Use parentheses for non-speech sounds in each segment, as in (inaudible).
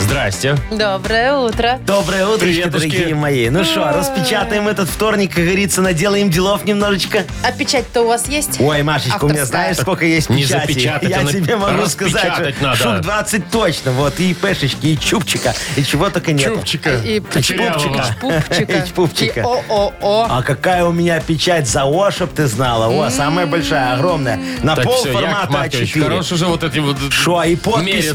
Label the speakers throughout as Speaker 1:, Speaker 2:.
Speaker 1: Здрасте.
Speaker 2: Доброе утро.
Speaker 3: Доброе утречко,
Speaker 1: Приветушки.
Speaker 3: дорогие мои. Ну
Speaker 2: А.
Speaker 3: что, распечатаем этот вторник, как говорится, наделаем делов немножечко.
Speaker 2: А печать-то у вас есть?
Speaker 3: Ой, Машечка, у меня
Speaker 2: Авторская.
Speaker 3: знаешь, сколько есть
Speaker 1: Не
Speaker 3: печати?
Speaker 1: запечатать,
Speaker 3: Я
Speaker 1: а на-
Speaker 3: тебе могу сказать, что
Speaker 1: распечатать надо.
Speaker 3: штук 20 точно. Вот, и пешечки, и чупчика, и чего только нет.
Speaker 1: Чупчика.
Speaker 2: А,
Speaker 3: А,
Speaker 2: И
Speaker 1: Кочерявого.
Speaker 2: пупчика.
Speaker 3: (laughs) И чпупчика.
Speaker 2: И о-о-о.
Speaker 3: А какая у меня печать за О, чтоб ты знала.
Speaker 2: М-м-м.
Speaker 3: О, самая большая, огромная. На
Speaker 1: Так,
Speaker 3: пол
Speaker 1: все, Яков
Speaker 3: формата
Speaker 1: Маркович,
Speaker 3: А4.
Speaker 1: хорош уже вот эти вот...
Speaker 3: Шо, а и подпись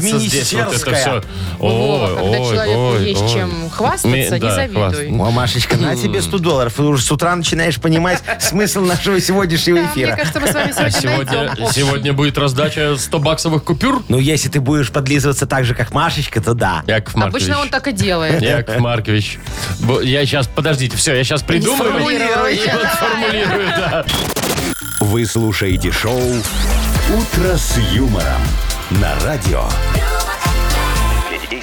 Speaker 1: мериться здесь вот это
Speaker 3: министерская.
Speaker 1: все.
Speaker 2: Во,
Speaker 1: Ой,
Speaker 2: когда
Speaker 1: ой,
Speaker 2: человеку
Speaker 1: ой,
Speaker 2: есть
Speaker 1: ой.
Speaker 2: чем хвастаться,
Speaker 1: Ми-
Speaker 2: не
Speaker 1: да,
Speaker 2: завидуй.
Speaker 1: хваст-
Speaker 3: О, Машечка,
Speaker 1: М-м.
Speaker 3: на тебе 100 долларов. И уже с утра начинаешь понимать смысл нашего сегодняшнего
Speaker 2: Да, Мне
Speaker 3: эфира.
Speaker 2: кажется, мы с вами
Speaker 3: А
Speaker 2: сегодня найдем
Speaker 1: Сегодня,
Speaker 2: общий.
Speaker 1: сегодня будет раздача 100-баксовых купюр,
Speaker 3: Ну, если ты будешь подлизываться так же, как Машечка, то да.
Speaker 1: Яков Маркович.
Speaker 2: Обычно он так и делает.
Speaker 1: Яков Маркович. Бо- Я сейчас, подождите, все, я сейчас придумаю.
Speaker 2: Сформулировать.
Speaker 1: и вот Формулирую, да.
Speaker 4: Вы слушаете шоу «Утро с юмором» на радио. Для детей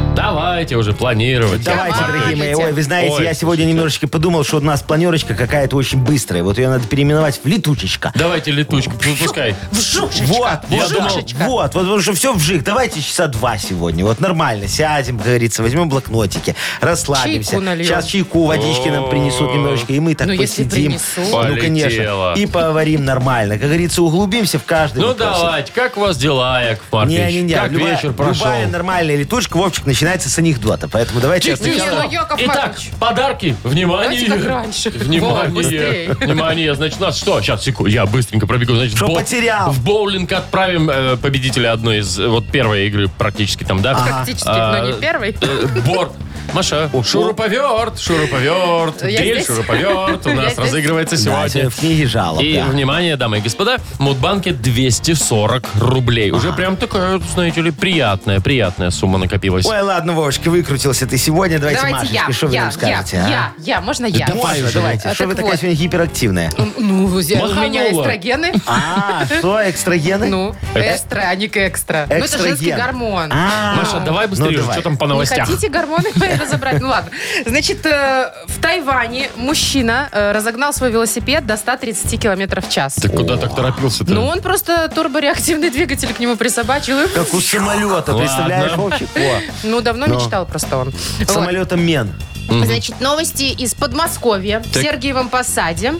Speaker 1: Давайте уже планировать.
Speaker 3: Давайте,
Speaker 1: Яков
Speaker 3: дорогие мои.
Speaker 2: Давайте.
Speaker 3: Ой, вы знаете,
Speaker 1: Ой,
Speaker 3: я сегодня немножечко подумал, что у нас планерочка какая-то очень быстрая. Вот ее надо переименовать в летучечка.
Speaker 1: Давайте летучку, выпускай.
Speaker 3: Вот,
Speaker 1: Я
Speaker 3: вот,
Speaker 1: думал-
Speaker 3: вот, вот, потому что все вжих. Давайте часа два сегодня. Вот нормально, сядем, как говорится, возьмем блокнотики, расслабимся.
Speaker 2: Чайку нальем.
Speaker 3: Сейчас чайку, водички нам принесут немножечко, и мы так
Speaker 2: Ну, если
Speaker 3: посидим.
Speaker 2: принесут.
Speaker 3: Ну,
Speaker 1: Полетело.
Speaker 3: конечно. И поговорим нормально. Как говорится, углубимся в каждый
Speaker 1: Ну
Speaker 3: вопрос.
Speaker 1: давайте, как у вас дела, Яков Маркович?
Speaker 3: Не-не-не,
Speaker 1: Как
Speaker 3: любая,
Speaker 1: вечер прошел?
Speaker 3: любая нормальная летучка, Вовчик, начинается с анекдота. Поэтому давайте
Speaker 1: Чик-чик.
Speaker 3: сначала-
Speaker 2: ну, Яков
Speaker 1: Итак,
Speaker 2: Маркович.
Speaker 1: подарки, внимание.
Speaker 2: Давайте как раньше. Вова,
Speaker 1: (laughs) Внимание,
Speaker 2: быстрее.
Speaker 1: внимание, значит, нас что? Сейчас, секунду, я быстренько пробегу. Значит,
Speaker 3: Что
Speaker 1: бо-
Speaker 3: потерял?
Speaker 1: В боулинг отправим э, победителя одной из, э, вот первой игры практически там, да?
Speaker 2: Практически, но не
Speaker 1: А,
Speaker 2: первый.
Speaker 1: э, Борт. Маша, шуруповерт, шуруповерт,
Speaker 2: Я
Speaker 1: дрель,
Speaker 2: здесь.
Speaker 1: шуруповерт у
Speaker 2: Я
Speaker 1: нас
Speaker 2: здесь.
Speaker 1: разыгрывается
Speaker 3: Да,
Speaker 1: сегодня.
Speaker 3: в книге жалоб,
Speaker 1: И,
Speaker 3: да.
Speaker 1: внимание, дамы и господа, в Мудбанке 240 рублей. Уже прям такая, знаете ли, приятная, приятная сумма накопилась.
Speaker 3: Ой, ладно, Вовочка, выкрутился ты сегодня. Давайте,
Speaker 2: Давайте я,
Speaker 3: Машечке, что вы
Speaker 2: я,
Speaker 3: нам скажете?
Speaker 2: я,
Speaker 3: а?
Speaker 2: я, я, можно я?
Speaker 3: Давай уже, давайте.
Speaker 2: А,
Speaker 3: Что вы
Speaker 2: так
Speaker 3: такая
Speaker 2: вот.
Speaker 3: сегодня гиперактивная?
Speaker 2: Ну, у меня
Speaker 1: Маханула.
Speaker 2: эстрогены.
Speaker 3: А, Э? что, экстрагены?
Speaker 2: Ну, экстра, а не к экстра. Ну, это женский
Speaker 3: Экстраген.
Speaker 2: гормон.
Speaker 3: А,
Speaker 1: Маша, давай быстрее,
Speaker 3: Ну,
Speaker 1: уже,
Speaker 3: давай.
Speaker 1: что там по
Speaker 2: Не
Speaker 1: новостях?
Speaker 2: хотите гормоны (laughs) мои разобрать? Ну ладно. Значит, э, в Тайване мужчина э, разогнал свой велосипед до 130 километров в час.
Speaker 1: Ты куда так торопился-то?
Speaker 2: Ну, он просто турбореактивный (laughs) двигатель к нему присобачил. и-
Speaker 3: Как у самолета, представляешь,
Speaker 1: Ладно.
Speaker 3: Вовчик? О,
Speaker 2: Ну, давно
Speaker 3: Ну.
Speaker 2: мечтал просто он. (laughs) Вот.
Speaker 3: самолетом мен.
Speaker 2: Значит, новости из Подмосковья. В
Speaker 1: Так.
Speaker 2: Сергиевом Посаде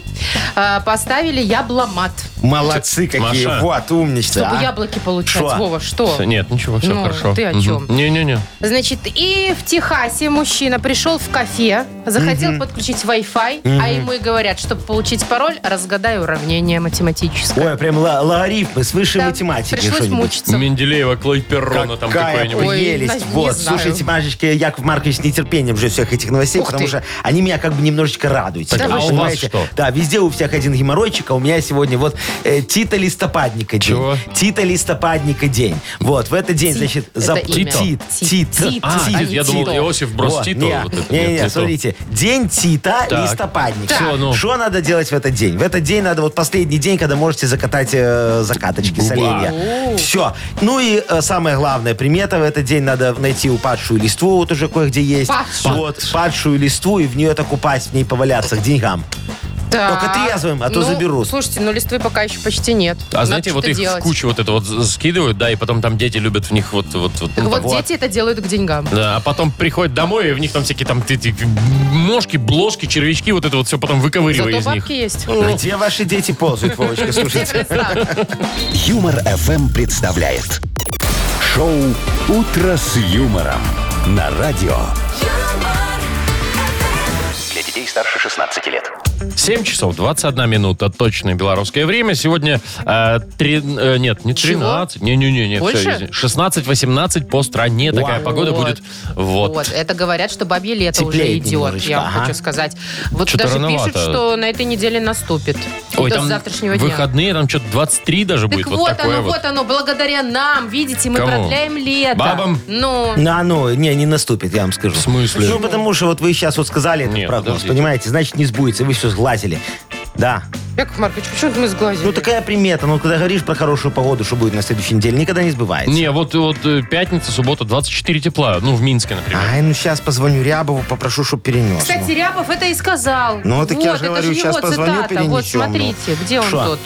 Speaker 2: э, поставили ябломат,
Speaker 3: Молодцы какие,
Speaker 1: Маша.
Speaker 3: вот, умничка.
Speaker 2: чтобы
Speaker 3: а.
Speaker 2: яблоки получать.
Speaker 3: Шо?
Speaker 2: Вова, что?
Speaker 1: Всё, Нет, ничего, все
Speaker 2: Ну,
Speaker 1: хорошо.
Speaker 2: ты о
Speaker 1: Мгм.
Speaker 2: чем?
Speaker 1: Не-не-не.
Speaker 2: Значит, и в Техасе мужчина пришел в кафе, захотел подключить Wi-Fi, а ему и говорят, чтобы получить пароль, разгадай уравнение математическое.
Speaker 3: Ой, а прям ла- логарифмы с высшей
Speaker 2: Да,
Speaker 3: математики.
Speaker 2: Пришлось
Speaker 3: что-нибудь.
Speaker 2: мучиться.
Speaker 1: Менделеева, Клойперрона там
Speaker 3: Какая
Speaker 1: какой-нибудь.
Speaker 2: Ой,
Speaker 3: прелесть.
Speaker 2: не
Speaker 3: вот,
Speaker 2: знаю.
Speaker 3: слушайте, Машечка, Яков Маркович с нетерпением же всех этих новостей,
Speaker 2: Ух
Speaker 3: потому
Speaker 2: ты.
Speaker 3: что они меня как бы немножечко радуют.
Speaker 1: Так,
Speaker 3: Потому
Speaker 1: а
Speaker 3: что,
Speaker 1: у вас
Speaker 3: знаете,
Speaker 1: что?
Speaker 3: Да, везде у всех один геморройчик, а у меня сегодня вот э, Тита Листопадника день.
Speaker 1: Чего?
Speaker 3: Тита Листопадника день. Вот, в этот день,
Speaker 2: Тит.
Speaker 3: значит,
Speaker 2: Это
Speaker 3: зап-
Speaker 2: имя.
Speaker 3: Тит.
Speaker 2: Тит.
Speaker 3: Тит.
Speaker 2: Тит.
Speaker 1: А,
Speaker 2: Тит.
Speaker 1: Тит, я думал,
Speaker 2: Тит.
Speaker 1: Иосиф Брос
Speaker 3: Вот,
Speaker 1: Тито.
Speaker 3: не,
Speaker 1: вот это,
Speaker 3: не,
Speaker 1: нет,
Speaker 3: не,
Speaker 1: не то.
Speaker 3: смотрите, день Тита
Speaker 1: Так.
Speaker 3: Листопадника.
Speaker 1: Всё, ну.
Speaker 3: Что надо делать в этот день? В этот день надо вот последний день, когда можете закатать э, закаточки с оленя. Все. Ну и э, самое главное примета, в этот день надо найти упадшую листву, вот уже кое-где есть.
Speaker 2: Падшую.
Speaker 3: Вот, падшую листву и в нее так упасть, в ней поваляться к деньгам.
Speaker 2: Так.
Speaker 3: Только трезвым, а то
Speaker 2: Ну,
Speaker 3: заберут.
Speaker 2: Слушайте, ну листвы пока еще почти нет.
Speaker 1: А
Speaker 2: Надо
Speaker 1: знаете, вот
Speaker 2: что-то
Speaker 1: их в
Speaker 2: делать.
Speaker 1: кучу вот это вот скидывают, да, и потом там дети любят в них вот... вот, вот,
Speaker 2: Так
Speaker 1: ну,
Speaker 2: вот,
Speaker 1: там.
Speaker 2: дети это делают к деньгам.
Speaker 1: Да, а потом приходят домой, и в них там всякие там эти ножки, бложки, червячки, вот это вот все потом выковыривая
Speaker 2: Зато
Speaker 1: из них.
Speaker 2: бабки есть.
Speaker 3: А Где ваши дети ползают, Вовочка,
Speaker 2: Все
Speaker 3: слушайте?
Speaker 2: красавцы.
Speaker 4: Юмор FM представляет шоу Утро с юмором на радио. Для детей старше 16 лет.
Speaker 1: 7 часов 21 минута, точное белорусское время. Сегодня э, три- э, нет, не
Speaker 2: Чего?
Speaker 1: 13, не-не-не,
Speaker 2: Больше?
Speaker 1: 16-18 по стране такая
Speaker 3: Вау.
Speaker 1: погода
Speaker 2: Вот.
Speaker 1: будет. Вот.
Speaker 2: Вот, это говорят, что бабье лето уже
Speaker 3: Теплее
Speaker 2: идет,
Speaker 3: немножечко,
Speaker 2: я вам
Speaker 3: ага.
Speaker 2: хочу сказать. Вот
Speaker 1: Что-то
Speaker 2: даже пишут,
Speaker 1: рановато.
Speaker 2: что на этой неделе наступит.
Speaker 1: Ой,
Speaker 2: До
Speaker 1: там
Speaker 2: завтрашнего дня.
Speaker 1: выходные, там что-то 23 даже
Speaker 2: Так
Speaker 1: будет.
Speaker 2: вот,
Speaker 1: Вот, такое
Speaker 2: оно,
Speaker 1: вот.
Speaker 2: вот оно, благодаря нам, видите, мы
Speaker 1: Кому?
Speaker 2: продляем лето.
Speaker 1: Бабам?
Speaker 2: Ну,
Speaker 3: На, ну, не, не наступит, я вам скажу.
Speaker 1: В смысле?
Speaker 3: Ну, потому что вот вы сейчас вот сказали этот
Speaker 1: Нет,
Speaker 3: прогноз,
Speaker 1: подождите.
Speaker 3: понимаете, значит, не сбудется, вы все сглазили. Да,
Speaker 2: Яков Маркович, почему мы сглазили?
Speaker 3: Ну, такая примета. Ну, когда говоришь про хорошую погоду, что будет на следующей неделе, никогда не сбывается.
Speaker 1: Не, вот, вот э, пятница, суббота, 24 тепла. Ну, в Минске, например.
Speaker 3: Ай, ну сейчас позвоню Рябову, попрошу, чтобы перенес.
Speaker 2: Кстати, Рябов это и сказал.
Speaker 3: Ну, так
Speaker 2: вот,
Speaker 3: я же
Speaker 2: это
Speaker 3: говорю,
Speaker 2: же
Speaker 3: щас
Speaker 2: его цитата.
Speaker 3: позвоню,
Speaker 2: Вот
Speaker 3: перенесем, ну.
Speaker 2: смотрите, где он
Speaker 3: Шо?
Speaker 2: тут.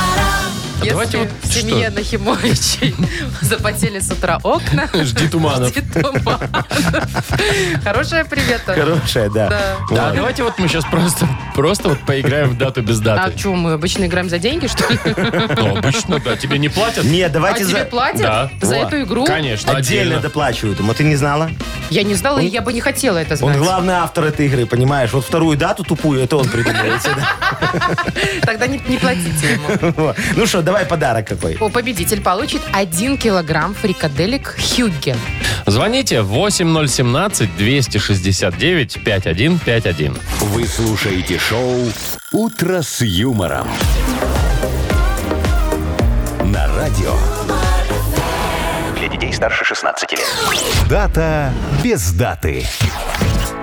Speaker 1: давайте
Speaker 2: Если
Speaker 1: вот
Speaker 2: в семье
Speaker 1: что?
Speaker 2: Нахимовичей (laughs) запотели с утра окна,
Speaker 1: Жди туманов.
Speaker 2: жди туманов. Хорошая примета.
Speaker 3: Хорошая, да.
Speaker 2: Да.
Speaker 1: Да, А давайте вот мы сейчас просто, просто вот поиграем в дату без
Speaker 2: А
Speaker 1: даты.
Speaker 2: что, мы обычно играем за деньги, что ли?
Speaker 1: Ну, обычно, да, тебе не платят?
Speaker 3: Нет,
Speaker 2: А
Speaker 3: давайте
Speaker 2: тебе
Speaker 3: за...
Speaker 1: Да.
Speaker 2: платят за
Speaker 3: Во.
Speaker 2: эту игру?
Speaker 1: Конечно,
Speaker 3: Отдельно
Speaker 1: отдельно.
Speaker 3: доплачивают ему. Ты не знала?
Speaker 2: Я не знала, и я бы не хотела это
Speaker 3: Он
Speaker 2: знать.
Speaker 3: главный автор этой игры, понимаешь? Вот вторую дату тупую, это он придумал. эти, да.
Speaker 2: Тогда не не платите ему.
Speaker 3: (laughs) Вот. Ну что, давай подарок какой.
Speaker 2: О, Победитель получит 1 килограмм фрикаделек Хюгген.
Speaker 1: Звоните 8017-269-5151.
Speaker 4: Вы слушаете шоу «Утро с юмором». На радио. Для детей старше 16 лет. Дата без даты.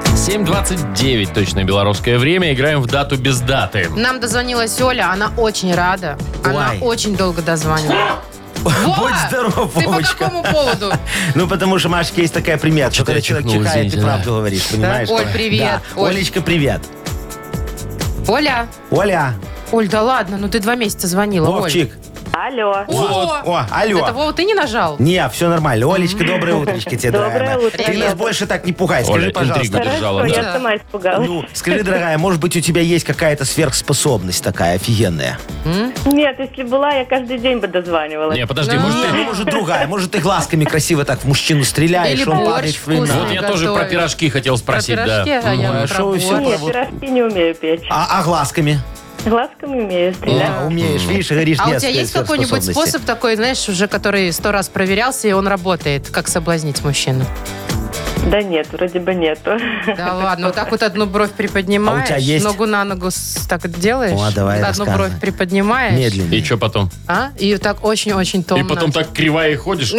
Speaker 1: 7.29 точно белорусское время. Играем в дату без даты.
Speaker 2: Нам дозвонилась Оля, она очень рада. Она
Speaker 3: Ой.
Speaker 2: очень долго дозвонила.
Speaker 3: Будь здоров,
Speaker 2: Ты по
Speaker 3: Вовочка.
Speaker 2: какому поводу?
Speaker 3: Ну, потому что, Машечка, есть такая примета, что
Speaker 1: Что-то я
Speaker 3: когда человек
Speaker 1: чихнул,
Speaker 3: чихает, ты
Speaker 1: извините, да.
Speaker 3: правду говоришь, понимаешь?
Speaker 2: Оль, привет.
Speaker 3: Да.
Speaker 2: Оль.
Speaker 3: Олечка, привет.
Speaker 2: Оля.
Speaker 3: Оля,
Speaker 2: Оль, да ладно, ну ты два месяца звонила, Оль.
Speaker 3: Вовчик.
Speaker 5: Алло.
Speaker 2: О,
Speaker 3: Вот. О, алло.
Speaker 2: Это, Вова, ты не нажал?
Speaker 3: Не, все нормально. Олечка, доброе утречко тебе,
Speaker 5: Доброе
Speaker 3: дорогая моя.
Speaker 5: утро.
Speaker 3: Ты нас больше так не пугай,
Speaker 1: Оля,
Speaker 3: скажи,
Speaker 1: интригу
Speaker 3: пожалуйста.
Speaker 1: держала.
Speaker 5: Хорошо,
Speaker 1: да.
Speaker 2: да.
Speaker 5: я сама
Speaker 2: (laughs)
Speaker 5: испугалась.
Speaker 3: Ну, скажи, дорогая, может быть, у тебя есть какая-то сверхспособность такая офигенная?
Speaker 5: Нет, если была, я каждый день бы дозванивалась.
Speaker 1: Не, подожди, может
Speaker 3: Ну,
Speaker 1: ты...
Speaker 3: может, другая. Может, ты глазками красиво так в мужчину стреляешь,
Speaker 2: Или
Speaker 3: он
Speaker 2: борщ
Speaker 3: падает в времена.
Speaker 1: Вот я тоже про
Speaker 2: готовить.
Speaker 1: пирожки хотел
Speaker 2: ну, Про
Speaker 1: спросить,
Speaker 2: пирожки,
Speaker 1: да.
Speaker 2: а я
Speaker 3: Ну,
Speaker 2: вот
Speaker 3: а шо вы
Speaker 2: про
Speaker 3: все
Speaker 2: борщ.
Speaker 5: Нет,
Speaker 3: вот-
Speaker 5: пирожки не умею печь.
Speaker 3: А, а глазками?
Speaker 5: Глазками умею стрелять.
Speaker 3: Да, умеешь, видишь, говоришь,
Speaker 2: А у
Speaker 3: нет
Speaker 2: тебя есть какой-нибудь
Speaker 3: сверхспособности.
Speaker 2: способ такой, знаешь, уже который сто раз проверялся, и он работает? Как соблазнить мужчину?
Speaker 5: Да нет, вроде
Speaker 3: (laughs)
Speaker 5: бы нету.
Speaker 2: Да ладно, вот так вот одну бровь приподнимаешь,
Speaker 3: А у тебя есть?
Speaker 2: ногу на ногу с- так делаешь,
Speaker 3: О, давай,
Speaker 2: одну
Speaker 3: рассказывай.
Speaker 2: бровь приподнимаешь,
Speaker 3: Медленно.
Speaker 1: И что потом?
Speaker 2: а? и так очень-очень томно. Ну.
Speaker 1: И потом так кривая и ходишь.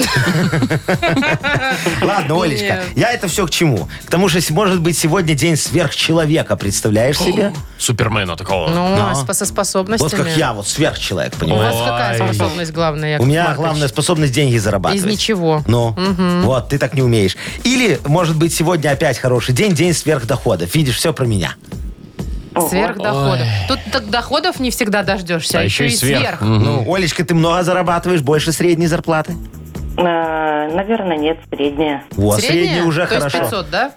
Speaker 3: Ладно, Олечка,
Speaker 2: Нет.
Speaker 3: я это все к чему? К тому, что, с- может быть, сегодня день сверхчеловека, представляешь себе?
Speaker 1: Супермена такого.
Speaker 2: Ну,
Speaker 3: Да.
Speaker 2: а с- со способностями.
Speaker 3: Вот как я, вот сверхчеловек,
Speaker 2: У
Speaker 3: понимаешь?
Speaker 2: вас какая
Speaker 1: Ой.
Speaker 2: способность главная,
Speaker 3: У
Speaker 2: Яков
Speaker 3: меня
Speaker 2: Маркович?
Speaker 3: главная способность деньги зарабатывать.
Speaker 2: Из ничего.
Speaker 3: Ну, вот, ты так не умеешь. Или, может быть, сегодня опять хороший день, день сверхдоходов. Видишь, все про меня.
Speaker 2: Сверхдоходов. Тут так доходов не всегда дождешься,
Speaker 1: А еще и сверх. Мгм.
Speaker 3: Ну, Олечка, ты много зарабатываешь, больше средней зарплаты.
Speaker 5: А, Наверное, нет, средняя.
Speaker 3: Вот,
Speaker 2: Средняя?
Speaker 3: средняя уже
Speaker 2: То есть
Speaker 3: хорошо.
Speaker 2: 500, да?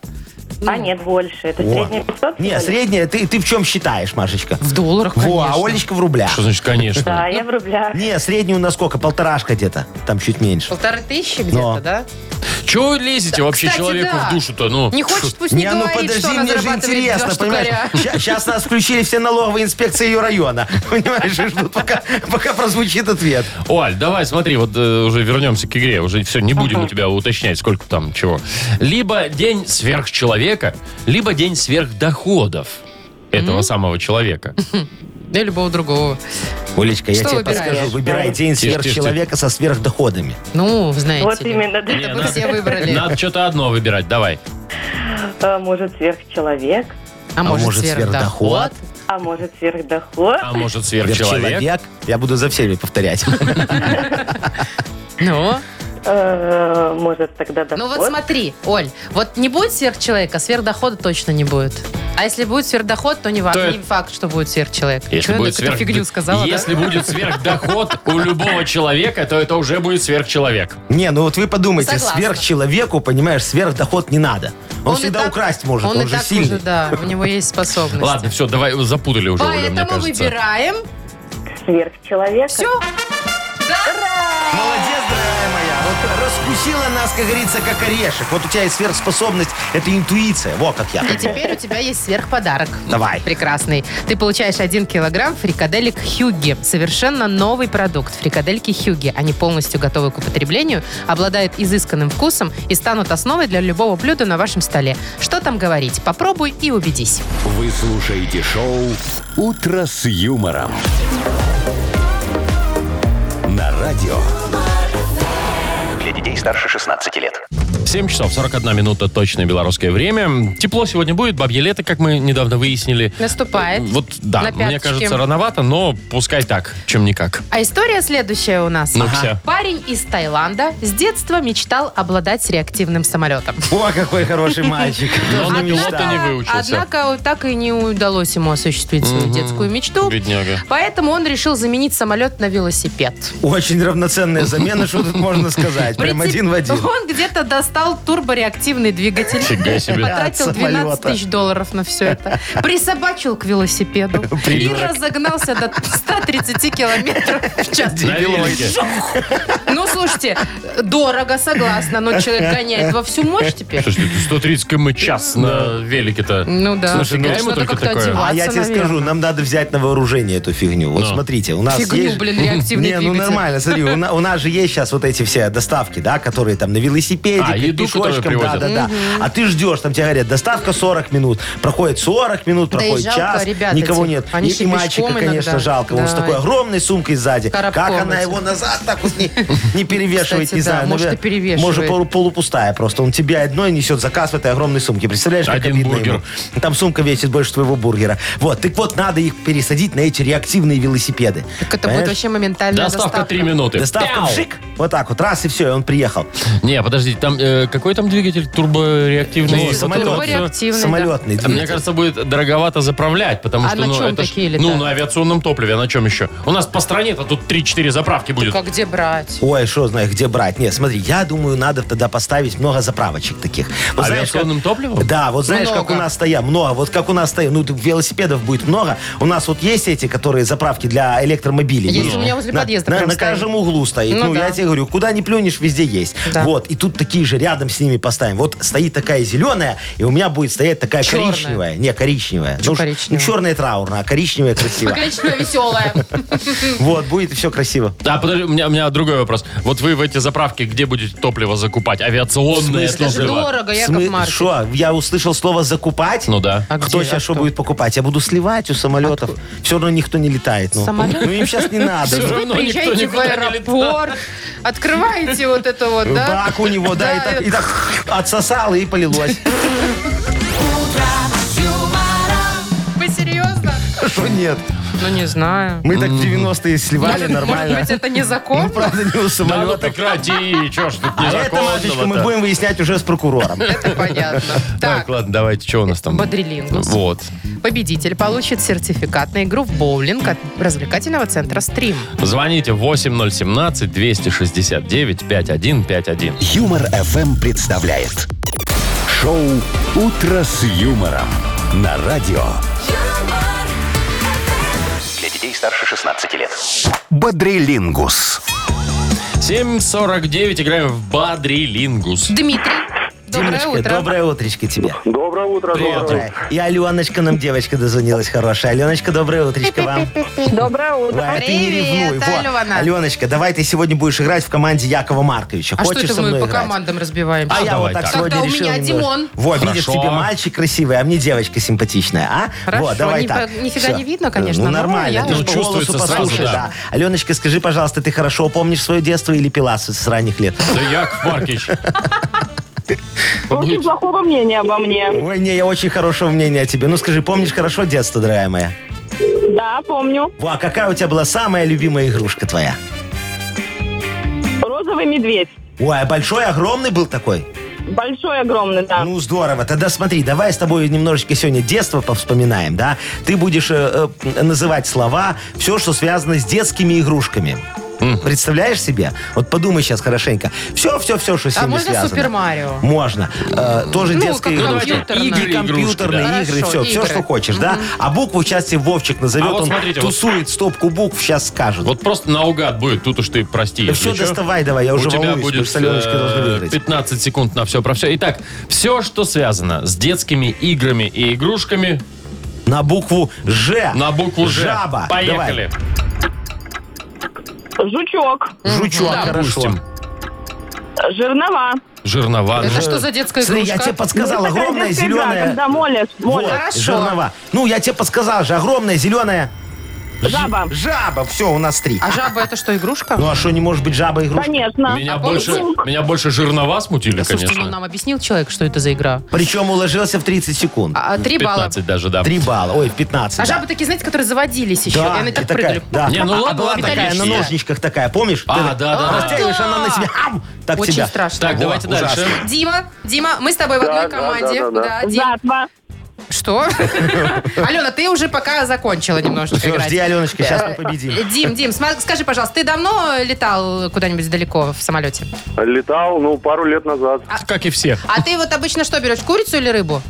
Speaker 5: А нет, больше. Это
Speaker 3: Во.
Speaker 5: средняя 500?
Speaker 3: Не,
Speaker 5: всего лишь?
Speaker 3: средняя, ты, ты в чем считаешь, Машечка?
Speaker 2: В долларах,
Speaker 3: Во,
Speaker 2: конечно.
Speaker 3: а Олечка в рублях.
Speaker 1: Что значит, конечно?
Speaker 5: Да, я в рублях.
Speaker 3: Не, среднюю на сколько? Полторашка где-то. Там чуть меньше.
Speaker 2: Полторы тысячи где-то,
Speaker 3: Но.
Speaker 2: да?
Speaker 1: Чего вы лезете вообще
Speaker 2: Кстати,
Speaker 1: человеку
Speaker 2: да.
Speaker 1: в душу-то? Ну,
Speaker 2: Не хочет, пусть не,
Speaker 3: ну
Speaker 2: говорит, что
Speaker 3: подожди,
Speaker 2: она
Speaker 3: мне же
Speaker 2: зарабатывает
Speaker 3: интересно,
Speaker 2: два (laughs) штукаря.
Speaker 3: понимаешь? Сейчас нас включили все налоговые инспекции ее района. (laughs) Понимаешь, и ждут, пока, пока прозвучит ответ.
Speaker 1: Оль, давай, смотри, вот э, уже вернемся к игре, уже все, не будем у тебя уточнять, сколько там чего. Либо день сверхчеловека, либо день сверхдоходов этого самого человека.
Speaker 2: Да и любого другого.
Speaker 3: Олечка, я
Speaker 2: Что
Speaker 3: тебе
Speaker 2: выбираешь?
Speaker 3: подскажу. Выбирай день
Speaker 1: Тише, тише,
Speaker 3: сверхчеловека со сверхдоходами.
Speaker 2: Ну, знаете
Speaker 5: Вот
Speaker 2: ли.
Speaker 5: именно, да.
Speaker 2: Это
Speaker 1: Не,
Speaker 2: бы
Speaker 1: надо-
Speaker 2: все выбрали.
Speaker 1: Надо что-то одно выбирать, давай.
Speaker 5: А Может, сверхчеловек,
Speaker 2: А может,
Speaker 3: может,
Speaker 2: сверхдоход?
Speaker 3: сверхдоход?
Speaker 5: а может, сверхдоход.
Speaker 1: А может сверхчеловек?
Speaker 3: Сверхчеловек. Я буду за всеми повторять. (laughs)
Speaker 2: Ну,
Speaker 5: Э, Может, тогда доход.
Speaker 2: ну вот смотри, Оль, вот не будет сверхчеловека, сверхдохода точно не будет. А если будет сверхдоход, то не, факт,
Speaker 1: То-
Speaker 2: не факт, что будет сверхчеловек.
Speaker 1: Если
Speaker 2: Чё я
Speaker 1: будет,
Speaker 2: такую
Speaker 1: сверх...
Speaker 2: фигню сказала, да?
Speaker 1: Если будет сверхдоход
Speaker 2: (laughs)
Speaker 1: у любого человека, то это уже будет сверхчеловек.
Speaker 3: Не, ну вот вы подумайте,
Speaker 2: Согласна.
Speaker 3: сверхчеловеку, понимаешь, сверхдоход не надо. Он,
Speaker 2: и
Speaker 3: всегда
Speaker 2: так-
Speaker 3: украсть может, он,
Speaker 2: и
Speaker 3: же
Speaker 2: так
Speaker 3: сильный.
Speaker 2: уже, да, у него есть способность.
Speaker 1: Ладно, все, давай, запутали уже, Оля, мне
Speaker 2: Поэтому
Speaker 1: кажется.
Speaker 2: выбираем.
Speaker 5: Сверхчеловек.
Speaker 2: Все.
Speaker 3: Молодец, дорогая моя. Вот раскусила нас, как говорится, как орешек. Вот у тебя есть сверхспособность, это интуиция. Во, как я.
Speaker 2: И теперь у тебя есть сверхподарок.
Speaker 3: Давай.
Speaker 2: Прекрасный. Ты получаешь 1 килограмм фрикаделек Хьюги. Совершенно новый продукт. Фрикадельки Хьюги. Они полностью готовы к употреблению, обладают изысканным вкусом и станут основой для любого блюда на вашем столе. Что там говорить? Попробуй и убедись.
Speaker 4: Вы слушаете шоу «Утро с юмором». На радио.
Speaker 6: Для детей старше 16 лет.
Speaker 1: 7 часов 41 минута точное белорусское время. Тепло сегодня будет, бабье лето, как мы недавно выяснили.
Speaker 2: Наступает.
Speaker 1: Вот, да,
Speaker 2: На
Speaker 1: мне
Speaker 2: пяточки.
Speaker 1: кажется, рановато, но пускай так, чем никак.
Speaker 2: А история следующая у нас.
Speaker 1: Ну, вся.
Speaker 2: Парень из Таиланда с детства мечтал обладать реактивным самолетом.
Speaker 3: О, какой хороший мальчик.
Speaker 2: Ну,
Speaker 1: Но
Speaker 2: А
Speaker 1: на пилота Ну, не выучился.
Speaker 2: Однако вот так и не удалось ему осуществить свою детскую мечту.
Speaker 1: Бедняга.
Speaker 2: Поэтому он решил заменить самолет на велосипед.
Speaker 3: Очень равноценная замена, что тут можно сказать. Прям
Speaker 2: Прицеп-
Speaker 3: один в один.
Speaker 2: Он где-то достал турбореактивный двигатель.
Speaker 1: Фига себе.
Speaker 2: Потратил
Speaker 3: От самолета.
Speaker 2: 12 тысяч долларов на все это. Присобачил к
Speaker 3: (laughs)
Speaker 2: велосипеду. И разогнался до 130 километров в час.
Speaker 1: На велике.
Speaker 2: Ну, слушайте, дорого, согласна, но
Speaker 3: (laughs)
Speaker 2: человек гоняет во всю мощь теперь.
Speaker 1: Слушай, ты 130 км час на велике-то.
Speaker 2: Ну да.
Speaker 1: Слушай, ну,
Speaker 2: Надо
Speaker 1: ему только
Speaker 2: как-то
Speaker 1: такое.
Speaker 2: одеваться,
Speaker 3: А я тебе
Speaker 2: наверное.
Speaker 3: скажу, нам надо взять на вооружение эту фигню. Вот
Speaker 1: Ну.
Speaker 3: смотрите, у нас
Speaker 2: Фигню,
Speaker 3: есть...
Speaker 2: блин, реактивный
Speaker 3: (laughs) Не, ну
Speaker 2: двигатель.
Speaker 3: нормально, смотри, у, на- у нас же есть сейчас вот эти все доставки, да, которые там на велосипеде,
Speaker 1: А,
Speaker 3: пе-
Speaker 1: еду, которую
Speaker 3: пешочком, да,
Speaker 1: привозят.
Speaker 3: да, да. А ты ждешь, там тебе говорят, доставка 40 минут, проходит 40 минут,
Speaker 2: Да и
Speaker 3: проходит
Speaker 2: жалко
Speaker 3: час,
Speaker 2: ребят
Speaker 3: никого
Speaker 2: этих.
Speaker 3: нет.
Speaker 2: Они
Speaker 3: и,
Speaker 2: же
Speaker 3: и
Speaker 2: пешком
Speaker 3: мальчика, конечно,
Speaker 2: иногда.
Speaker 3: жалко, он с
Speaker 2: Да.
Speaker 3: такой огромной сумкой сзади.
Speaker 2: Коробком
Speaker 3: как она
Speaker 2: этим.
Speaker 3: его назад так вот не,
Speaker 2: (laughs)
Speaker 3: не перевешивает,
Speaker 2: Кстати,
Speaker 3: не
Speaker 2: да,
Speaker 3: знаю.
Speaker 2: может, и
Speaker 3: наверное,
Speaker 2: перевешивает.
Speaker 3: Может, полу- полупустая просто. Он тебе одной несет заказ в этой огромной сумке. Представляешь, как
Speaker 1: Один
Speaker 3: обидно
Speaker 1: бургер.
Speaker 3: ему. Там сумка весит больше твоего бургера. Вот, так вот, надо их пересадить на эти реактивные велосипеды.
Speaker 2: Так это будет
Speaker 3: Понимаешь?
Speaker 2: вообще моментальная
Speaker 1: Доставка
Speaker 2: доставка.
Speaker 1: 3 минуты.
Speaker 3: Доставка
Speaker 1: Пяу!
Speaker 3: вжик, вот так вот, раз и все, и он приехал.
Speaker 1: Не, подожди, там э, какой там двигатель турбореактивный?
Speaker 3: Ну,
Speaker 1: Вот
Speaker 3: самолет.
Speaker 1: это вот всё.
Speaker 2: Турбореактивный, да.
Speaker 3: Самолетный
Speaker 1: А Мне
Speaker 3: двигатель.
Speaker 1: кажется, будет дороговато заправлять, потому
Speaker 2: А
Speaker 1: что...
Speaker 2: на
Speaker 1: ну,
Speaker 2: чем
Speaker 1: это ж-
Speaker 2: такие летают?
Speaker 1: Ну, на авиационном топливе, а на чем еще? У нас по стране-то тут 3-4 заправки будет.
Speaker 2: Как где брать?
Speaker 3: Ой, что знаю, где брать. Нет, смотри, я думаю, надо тогда поставить много заправочек таких. Вот знаешь, как-
Speaker 1: Авиационным топливом?
Speaker 3: Да, вот знаешь, как
Speaker 2: Много.
Speaker 3: у нас стоят, много, вот как у нас стоят, ну, т- велосипедов будет много. У нас вот есть эти, которые заправки для электромобилей.
Speaker 2: Есть,
Speaker 3: Есть.
Speaker 2: у меня возле
Speaker 3: на,
Speaker 2: подъезда
Speaker 3: на-
Speaker 2: прям
Speaker 3: на
Speaker 2: стоит.
Speaker 3: каждом углу стоит.
Speaker 2: Ну
Speaker 3: Ну,
Speaker 2: да.
Speaker 3: я тебе говорю, куда не плюнешь, везде есть.
Speaker 2: Да.
Speaker 3: Вот, и тут такие же рядом с ними поставим. Вот стоит такая зеленая, и у меня будет стоять такая
Speaker 2: Чёрная.
Speaker 3: коричневая. Не, коричневая. Ну, ш-
Speaker 2: коричневая?
Speaker 3: Ну, черная траурная, а коричневая красивая.
Speaker 2: Покличка
Speaker 1: (laughs)
Speaker 2: веселая.
Speaker 3: Вот, будет и все красиво.
Speaker 1: Да, подожди, у меня, у меня другой вопрос. Вот вы в эти заправки где будете топливо закупать? Авиационное
Speaker 3: В смысле?
Speaker 2: Это же
Speaker 1: топливо?
Speaker 2: дорого,
Speaker 3: Смы-
Speaker 2: Яков Маркович.
Speaker 3: Шо, я услышал слово закупать.
Speaker 1: Ну да.
Speaker 2: А
Speaker 3: кто
Speaker 2: где, а
Speaker 3: сейчас что
Speaker 2: кто? А
Speaker 3: будет покупать? Я буду сливать у самолетов. Все равно никто не летает. Ну,
Speaker 2: Самолет?
Speaker 3: ну им сейчас не надо.
Speaker 1: Всё
Speaker 3: ну.
Speaker 2: Вы
Speaker 1: равно никто
Speaker 2: приезжаете в
Speaker 1: никуда не
Speaker 2: аэропорт, открываете вот это вот, да?
Speaker 3: Бак у него, да, и так, и так отсосало
Speaker 2: (laughs)
Speaker 3: и полилось.
Speaker 2: Вы серьезно?
Speaker 3: Что нет?
Speaker 2: Ну, не знаю.
Speaker 3: Мы так в 90-е сливали
Speaker 2: Может, может
Speaker 3: нормально.
Speaker 2: быть, это
Speaker 3: Ну,
Speaker 2: незаконно?
Speaker 3: правда, не у
Speaker 1: Да ну
Speaker 3: самолетов.
Speaker 1: прекрати, чё ж тут
Speaker 3: А это, Машечка, мы
Speaker 1: незаконного-то?
Speaker 3: будем выяснять уже с прокурором.
Speaker 2: Это
Speaker 3: (laughs)
Speaker 2: понятно.
Speaker 1: Так,
Speaker 2: Так,
Speaker 1: ладно, давайте, что у нас там?
Speaker 2: Бодрилингус.
Speaker 1: Вот.
Speaker 2: победитель получит сертификат на игру в боулинг от развлекательного центра «Стрим».
Speaker 1: Звоните 8017-269-5151.
Speaker 4: Юмор FM представляет. Шоу «Утро с юмором». На радио.
Speaker 7: юмор,
Speaker 6: Для детей старше 16 лет.
Speaker 4: Бодрилингус.
Speaker 1: 7.49, играем в Бадрилингус.
Speaker 2: Дмитрий, доброе
Speaker 3: Димочка,
Speaker 2: утро.
Speaker 3: доброе утречко тебе.
Speaker 7: Доброе утро.
Speaker 1: Привет.
Speaker 7: доброе
Speaker 3: Доброе. И Аленочка нам девочка дозвонилась хорошая. Аленочка, доброе утречко вам.
Speaker 5: Доброе утро.
Speaker 3: Ва, ты не
Speaker 2: Привет,
Speaker 3: ревнуй. Во.
Speaker 2: Алена.
Speaker 3: Аленочка, давай ты сегодня будешь играть в команде Якова Марковича.
Speaker 2: А что
Speaker 3: Хочешь
Speaker 2: это
Speaker 3: со
Speaker 2: мы
Speaker 3: мной
Speaker 2: по
Speaker 3: играть?
Speaker 2: командам разбиваемся?
Speaker 3: А я
Speaker 1: давай
Speaker 3: вот так
Speaker 1: так.
Speaker 3: сегодня
Speaker 2: Тогда у
Speaker 3: решил
Speaker 2: меня
Speaker 3: немножко.
Speaker 2: Димон.
Speaker 3: Вот, видишь,
Speaker 1: Хорошо.
Speaker 3: тебе мальчик красивый, а мне девочка симпатичная, а?
Speaker 2: Хорошо,
Speaker 3: вот, давай
Speaker 2: ни-
Speaker 3: так.
Speaker 2: по- нифига не видно, конечно,
Speaker 3: Ну,
Speaker 2: но я
Speaker 3: нормально, ты
Speaker 2: уже
Speaker 3: вот по голосу
Speaker 1: Чувствуется сразу,
Speaker 3: послушай,
Speaker 1: да.
Speaker 3: да. Аленочка, скажи, пожалуйста, ты хорошо помнишь свое детство или пила с с ранних лет?
Speaker 1: Да Яков Маркич.
Speaker 5: Очень плохого мнения обо мне.
Speaker 3: Ой, не, я очень хорошего мнения о тебе. Ну, скажи, помнишь хорошо детство, дорогая моя?
Speaker 5: Да, помню.
Speaker 3: Во, а какая у тебя была самая любимая игрушка твоя?
Speaker 5: Розовый медведь.
Speaker 3: Ой, а большой, огромный был такой?
Speaker 5: Большой, огромный,
Speaker 1: А.
Speaker 5: да.
Speaker 3: Ну, здорово. Тогда смотри, давай с тобой немножечко сегодня детство повспоминаем, да? Ты будешь э, э, называть слова, все, что связано с детскими игрушками. Представляешь себе? Вот подумай сейчас хорошенько. Все, все, все, что с
Speaker 2: А
Speaker 3: ними
Speaker 2: можно
Speaker 3: связано.
Speaker 2: Супер Марио?
Speaker 3: Можно. Э, тоже
Speaker 2: Ну,
Speaker 3: детские
Speaker 2: как
Speaker 3: игрушки.
Speaker 2: компьютерные.
Speaker 3: Игры, компьютерные
Speaker 2: да.
Speaker 3: игры,
Speaker 2: Хорошо,
Speaker 3: все, все,
Speaker 2: игры.
Speaker 3: что хочешь, да? А букву сейчас тебе Вовчик назовет,
Speaker 1: А вот
Speaker 3: он
Speaker 1: смотрите, вот-
Speaker 3: тусует стопку букв, сейчас скажет.
Speaker 1: Вот просто наугад будет, тут уж ты прости. если
Speaker 3: все,
Speaker 1: чё.
Speaker 3: доставай давай, я
Speaker 1: У
Speaker 3: уже
Speaker 1: тебя
Speaker 3: волнуюсь, потому
Speaker 1: будет
Speaker 3: что Аленочка должна
Speaker 1: э,
Speaker 3: выиграть.
Speaker 1: 15 секунд на все про все. Итак, все, что связано с детскими играми и игрушками,
Speaker 3: На букву Ж.
Speaker 1: на букву «Ж».
Speaker 3: Жаба.
Speaker 1: Поехали.
Speaker 5: Жучок.
Speaker 3: Давай. Жучок, хорошо.
Speaker 1: Допустим,
Speaker 5: Жирнова.
Speaker 1: жирнован.
Speaker 2: Это что за детская
Speaker 3: Смотри, я
Speaker 2: игрушка?
Speaker 3: тебе подсказал,
Speaker 5: Ну,
Speaker 2: (laughs)
Speaker 5: такая
Speaker 3: огромная
Speaker 5: детская игра,
Speaker 3: зеленая.
Speaker 5: Когда молишь,
Speaker 3: Вот,
Speaker 5: молишь.
Speaker 2: Хорошо.
Speaker 3: жернова. Ну, я тебе подсказал же, огромная зеленая.
Speaker 5: Жаба.
Speaker 3: Жаба, все, у нас три.
Speaker 2: А жаба это что, игрушка?
Speaker 3: Ну, а что, не может быть жаба игрушка?
Speaker 5: Конечно.
Speaker 1: Меня,
Speaker 2: А
Speaker 1: больше,
Speaker 5: паук?
Speaker 1: меня больше жирнова смутили,
Speaker 2: Слушайте, ну
Speaker 1: конечно.
Speaker 2: нам объяснил человек, что это за игра.
Speaker 3: Причем уложился в 30 секунд.
Speaker 2: А, а, Три балла.
Speaker 1: 15 даже, да.
Speaker 3: Три балла. Ой, в 15.
Speaker 2: А
Speaker 3: да.
Speaker 2: жабы такие, знаете, которые заводились еще.
Speaker 3: Да,
Speaker 2: и они
Speaker 3: и
Speaker 2: так
Speaker 3: такая,
Speaker 2: прыгали.
Speaker 3: да.
Speaker 1: Не, ну
Speaker 2: А,
Speaker 1: ладно,
Speaker 2: была
Speaker 1: ладно,
Speaker 2: металлическая.
Speaker 3: Такая на
Speaker 1: конечно.
Speaker 3: ножничках такая, помнишь?
Speaker 1: А,
Speaker 3: Ты
Speaker 1: да,
Speaker 3: так
Speaker 1: да, да.
Speaker 3: Растягиваешь, она на себя. ам, так
Speaker 2: Очень
Speaker 3: тебя.
Speaker 2: страшно.
Speaker 1: Так,
Speaker 3: Во,
Speaker 1: давайте дальше.
Speaker 3: ужасно.
Speaker 2: Дима, Дима, мы с тобой в одной
Speaker 7: Да, да,
Speaker 2: команде.
Speaker 7: да, да, да.
Speaker 2: Дим.
Speaker 5: Жатва.
Speaker 2: Что? (laughs) Алена, ты уже пока закончила немножечко
Speaker 3: Всё,
Speaker 2: играть. Э,
Speaker 3: жди, Аленочка, сейчас мы победим.
Speaker 2: Дим, Дим, сма- скажи, пожалуйста, ты давно летал куда-нибудь далеко в самолете?
Speaker 7: Летал, ну, пару лет назад.
Speaker 1: Как и все.
Speaker 2: А ты вот обычно что берешь, курицу или рыбу?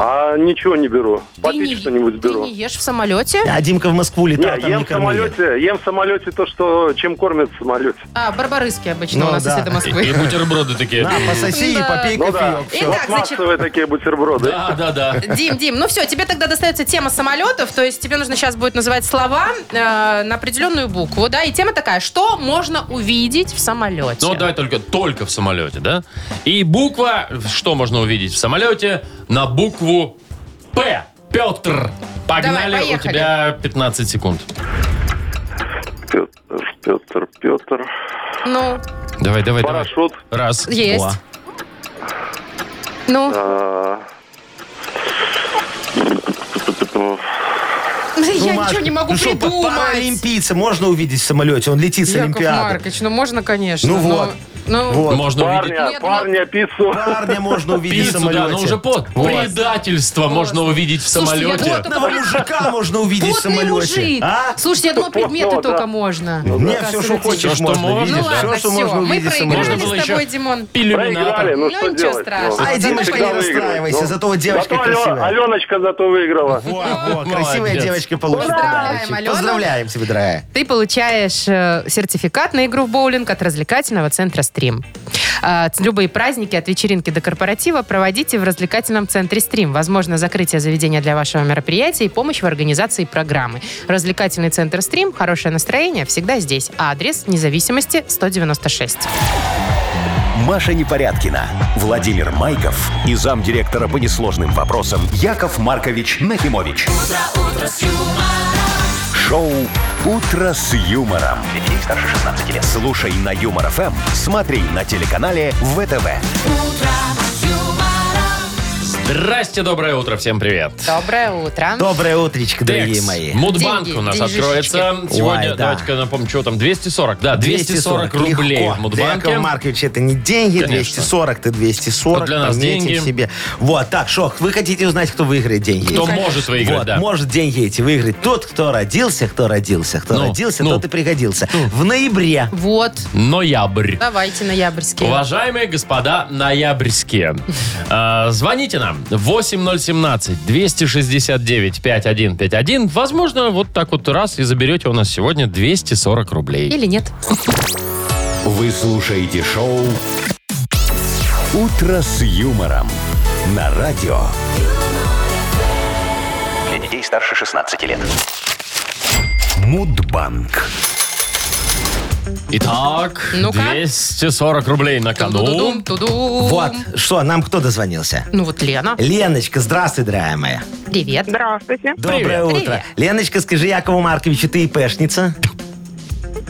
Speaker 7: А ничего не беру. Попить что-нибудь
Speaker 2: ты
Speaker 7: беру.
Speaker 2: не ешь в самолете?
Speaker 3: А Димка в Москву летал,
Speaker 7: Не,
Speaker 3: там
Speaker 7: ем
Speaker 3: не
Speaker 7: в
Speaker 3: кормили.
Speaker 7: самолете, ем в самолете то, что чем кормят в самолете.
Speaker 2: А, барбарыски обычно
Speaker 3: Ну
Speaker 2: у нас,
Speaker 3: да.
Speaker 2: если до
Speaker 1: И, и
Speaker 2: Москвы.
Speaker 1: бутерброды такие.
Speaker 3: На, пососи и
Speaker 2: Да. Э,
Speaker 3: попей
Speaker 7: Ну да,
Speaker 3: кофеек. всё.
Speaker 2: Итак, значит-
Speaker 7: пластмассовые такие бутерброды.
Speaker 1: Да, да, да.
Speaker 2: Дим, Дим, ну все, тебе тогда достается тема самолетов, то есть тебе нужно сейчас будет называть слова э, на определенную букву, да, и тема такая, что можно увидеть в самолете.
Speaker 1: Ну, давай только, только в самолете, да? И буква, что можно увидеть в самолете, на букву П. Петр. Погнали,
Speaker 2: Давай,
Speaker 1: у
Speaker 2: поехали.
Speaker 1: тебя 15 секунд.
Speaker 7: Петр, Петр, Петр.
Speaker 2: Ну,
Speaker 1: Давай, давай, давай.
Speaker 7: Парашют.
Speaker 1: Раз.
Speaker 2: есть.
Speaker 3: О.
Speaker 2: Ну,
Speaker 7: а,
Speaker 2: я
Speaker 3: Маш,
Speaker 2: ничего не могу
Speaker 3: ну что, пар-
Speaker 2: придумать.
Speaker 3: Паралимпийца можно увидеть в самолете, он летит с
Speaker 2: Яков
Speaker 3: Олимпиады.
Speaker 2: Маркович, ну можно, конечно.
Speaker 3: Ну
Speaker 2: но-
Speaker 3: вот.
Speaker 2: Ну,
Speaker 3: Вот.
Speaker 1: Можно увидеть
Speaker 7: Парня,
Speaker 2: Нет, ну-
Speaker 7: парня, пиццу.
Speaker 3: Парня можно увидеть в
Speaker 1: пиццу,
Speaker 3: самолете.
Speaker 1: да, но уже под. Предательство можно увидеть в
Speaker 2: Слушайте, я
Speaker 1: самолете.
Speaker 2: думала, только
Speaker 3: Одного мужика можно увидеть в
Speaker 2: Потный
Speaker 3: самолете.
Speaker 2: мужик.
Speaker 3: А? Ну,
Speaker 2: Слушайте, я думала, предметы
Speaker 7: да.
Speaker 2: только можно.
Speaker 3: Не, все, что
Speaker 1: Всё,
Speaker 3: хочешь,
Speaker 1: что
Speaker 3: можно,
Speaker 1: можно.
Speaker 3: видишь?
Speaker 2: Ну ладно,
Speaker 3: все, что
Speaker 2: всё,
Speaker 3: можно
Speaker 2: мы
Speaker 3: увидеть в самолете.
Speaker 1: Можно было
Speaker 2: проиграли с тобой,
Speaker 1: еще
Speaker 2: Димон.
Speaker 7: (laughs) Проиграли,
Speaker 1: Иллюминатор.
Speaker 7: ну,
Speaker 2: Ну,
Speaker 7: что
Speaker 2: ничего
Speaker 7: делать?
Speaker 2: страшного.
Speaker 3: Ай, Димочка,
Speaker 7: всегда
Speaker 3: не
Speaker 7: выигрывают.
Speaker 3: расстраивайся, зато вот девочка
Speaker 7: Зато Алё-
Speaker 3: красивая.
Speaker 7: Аленочка зато выиграла.
Speaker 3: Во, во,
Speaker 1: Молодец.
Speaker 3: красивая девочка получит
Speaker 2: Поздравляем,
Speaker 3: подарочек.
Speaker 2: Алену.
Speaker 3: Поздравляем тебя, дорогая.
Speaker 2: Ты получаешь э, сертификат на игру в боулинг от развлекательного центра «Стрим». А, ц- Любые праздники от вечеринки до корпоратива проводите в развлекательном центре «Стрим». Возможно, закрытие заведения для вашего мероприятия и помощь в организации программы. Развлекательный центр «Стрим» – хорошее настроение всегда здесь. А адрес независимости 196.
Speaker 4: Маша Непорядкина, Владимир Майков и замдиректора по несложным вопросам Яков Маркович Нахимович. Шоу Утро с юмором. Для детей старше 16 лет. Слушай на юмор ФМ, смотри на телеканале ВТВ.
Speaker 1: Здрасте, доброе утро, всем привет.
Speaker 2: Доброе утро.
Speaker 3: Доброе утречко, дорогие
Speaker 1: Текс.
Speaker 3: мои.
Speaker 1: Мудбанк
Speaker 2: Деньги,
Speaker 1: у нас
Speaker 2: деньжишечки.
Speaker 1: откроется. Сегодня,
Speaker 3: Ой, да.
Speaker 1: давайте-ка напомню, что там, 240, да, 240, рублей
Speaker 3: легко.
Speaker 1: в
Speaker 3: Для
Speaker 1: Мудбанке.
Speaker 3: Якова Марковича это не деньги,
Speaker 1: Конечно.
Speaker 3: 240 ты 240,
Speaker 1: Вот для нас
Speaker 3: пометим
Speaker 1: деньги.
Speaker 3: себе. Вот, так, что, вы хотите узнать, кто выиграет деньги?
Speaker 1: Кто
Speaker 3: эти?
Speaker 1: может выиграть,
Speaker 3: Вот,
Speaker 1: да.
Speaker 3: может деньги эти выиграть тот, кто родился, кто родился, кто
Speaker 1: Ну,
Speaker 3: родился,
Speaker 1: ну.
Speaker 3: тот и пригодился. В ноябре
Speaker 2: Вот.
Speaker 1: Ноябрь.
Speaker 2: Давайте ноябрьские. (laughs)
Speaker 1: Уважаемые господа ноябрьские, э, звоните нам 8017-269-5151. Возможно, вот так вот раз и заберете у нас сегодня 240 рублей.
Speaker 2: Или нет?
Speaker 4: Вы слушаете шоу «Утро с юмором» на радио.
Speaker 6: Для детей старше 16 лет.
Speaker 4: Мудбанк.
Speaker 1: Итак,
Speaker 2: Ну-ка.
Speaker 1: 240 рублей на кону.
Speaker 2: Тудудум, тудум.
Speaker 3: Вот, что, нам кто дозвонился?
Speaker 2: Ну вот Лена.
Speaker 3: Леночка, здравствуй, дорогая моя.
Speaker 2: Привет.
Speaker 5: Здравствуйте.
Speaker 3: Доброе
Speaker 1: Привет.
Speaker 3: утро.
Speaker 2: Привет.
Speaker 3: Леночка, скажи Якову Марковичу, ты ИПшница?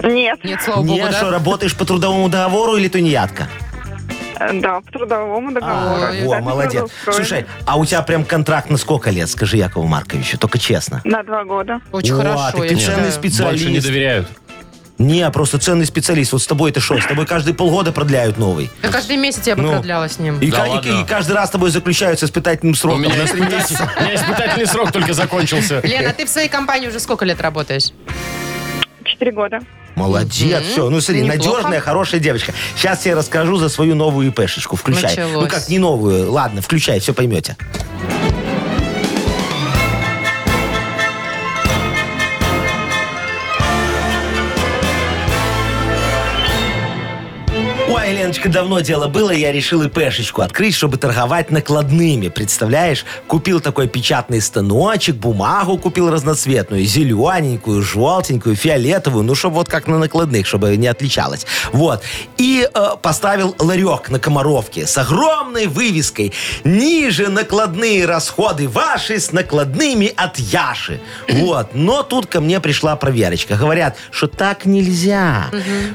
Speaker 5: Нет.
Speaker 2: Нет, слава
Speaker 3: Не,
Speaker 2: богу,
Speaker 3: что,
Speaker 2: да?
Speaker 3: работаешь по трудовому договору или тунеядка?
Speaker 5: Э, Да, по трудовому договору.
Speaker 3: А, во,
Speaker 5: Так,
Speaker 3: молодец.
Speaker 5: трудоустроен.
Speaker 3: Слушай, а у тебя прям контракт на сколько лет, скажи Якову Марковичу, только честно.
Speaker 5: На два года.
Speaker 2: Очень
Speaker 3: О,
Speaker 2: хорошо.
Speaker 3: так
Speaker 2: я
Speaker 3: ты
Speaker 2: считаю.
Speaker 3: ценный специалист.
Speaker 1: Больше не доверяют.
Speaker 3: Не, просто ценный специалист. Вот с тобой это шо? С тобой каждые полгода продляют новый.
Speaker 2: Да каждый месяц я бы
Speaker 3: Ну.
Speaker 2: продляла с ним.
Speaker 3: И,
Speaker 1: Да
Speaker 3: ка- и-
Speaker 1: ладно.
Speaker 3: и каждый раз с тобой заключаются испытательным
Speaker 1: У
Speaker 3: сроком.
Speaker 1: меня, испытатель- (laughs) у меня испытательный срок только закончился.
Speaker 2: Лена, а ты в своей компании уже сколько лет работаешь?
Speaker 5: Четыре года.
Speaker 3: Молодец, все. Ну, смотри,
Speaker 2: Неплохо.
Speaker 3: надежная, хорошая девочка. Сейчас я расскажу за свою новую ИПшечку. Включай.
Speaker 2: Началось.
Speaker 3: Ну как, не новую. Ладно, включай, все поймете. Ой, Леночка, давно дело было, я решил ИПшечку открыть, чтобы торговать накладными, представляешь? Купил такой печатный станочек, бумагу купил разноцветную, зелененькую, желтенькую, фиолетовую, ну, чтобы вот как на накладных, чтобы не отличалось. Вот. И э, поставил ларек на Комаровке с огромной вывеской «Ниже накладные расходы ваши с накладными
Speaker 1: (clears throat)
Speaker 3: от Яши». Вот. Но тут ко мне пришла проверочка. Говорят, что так нельзя.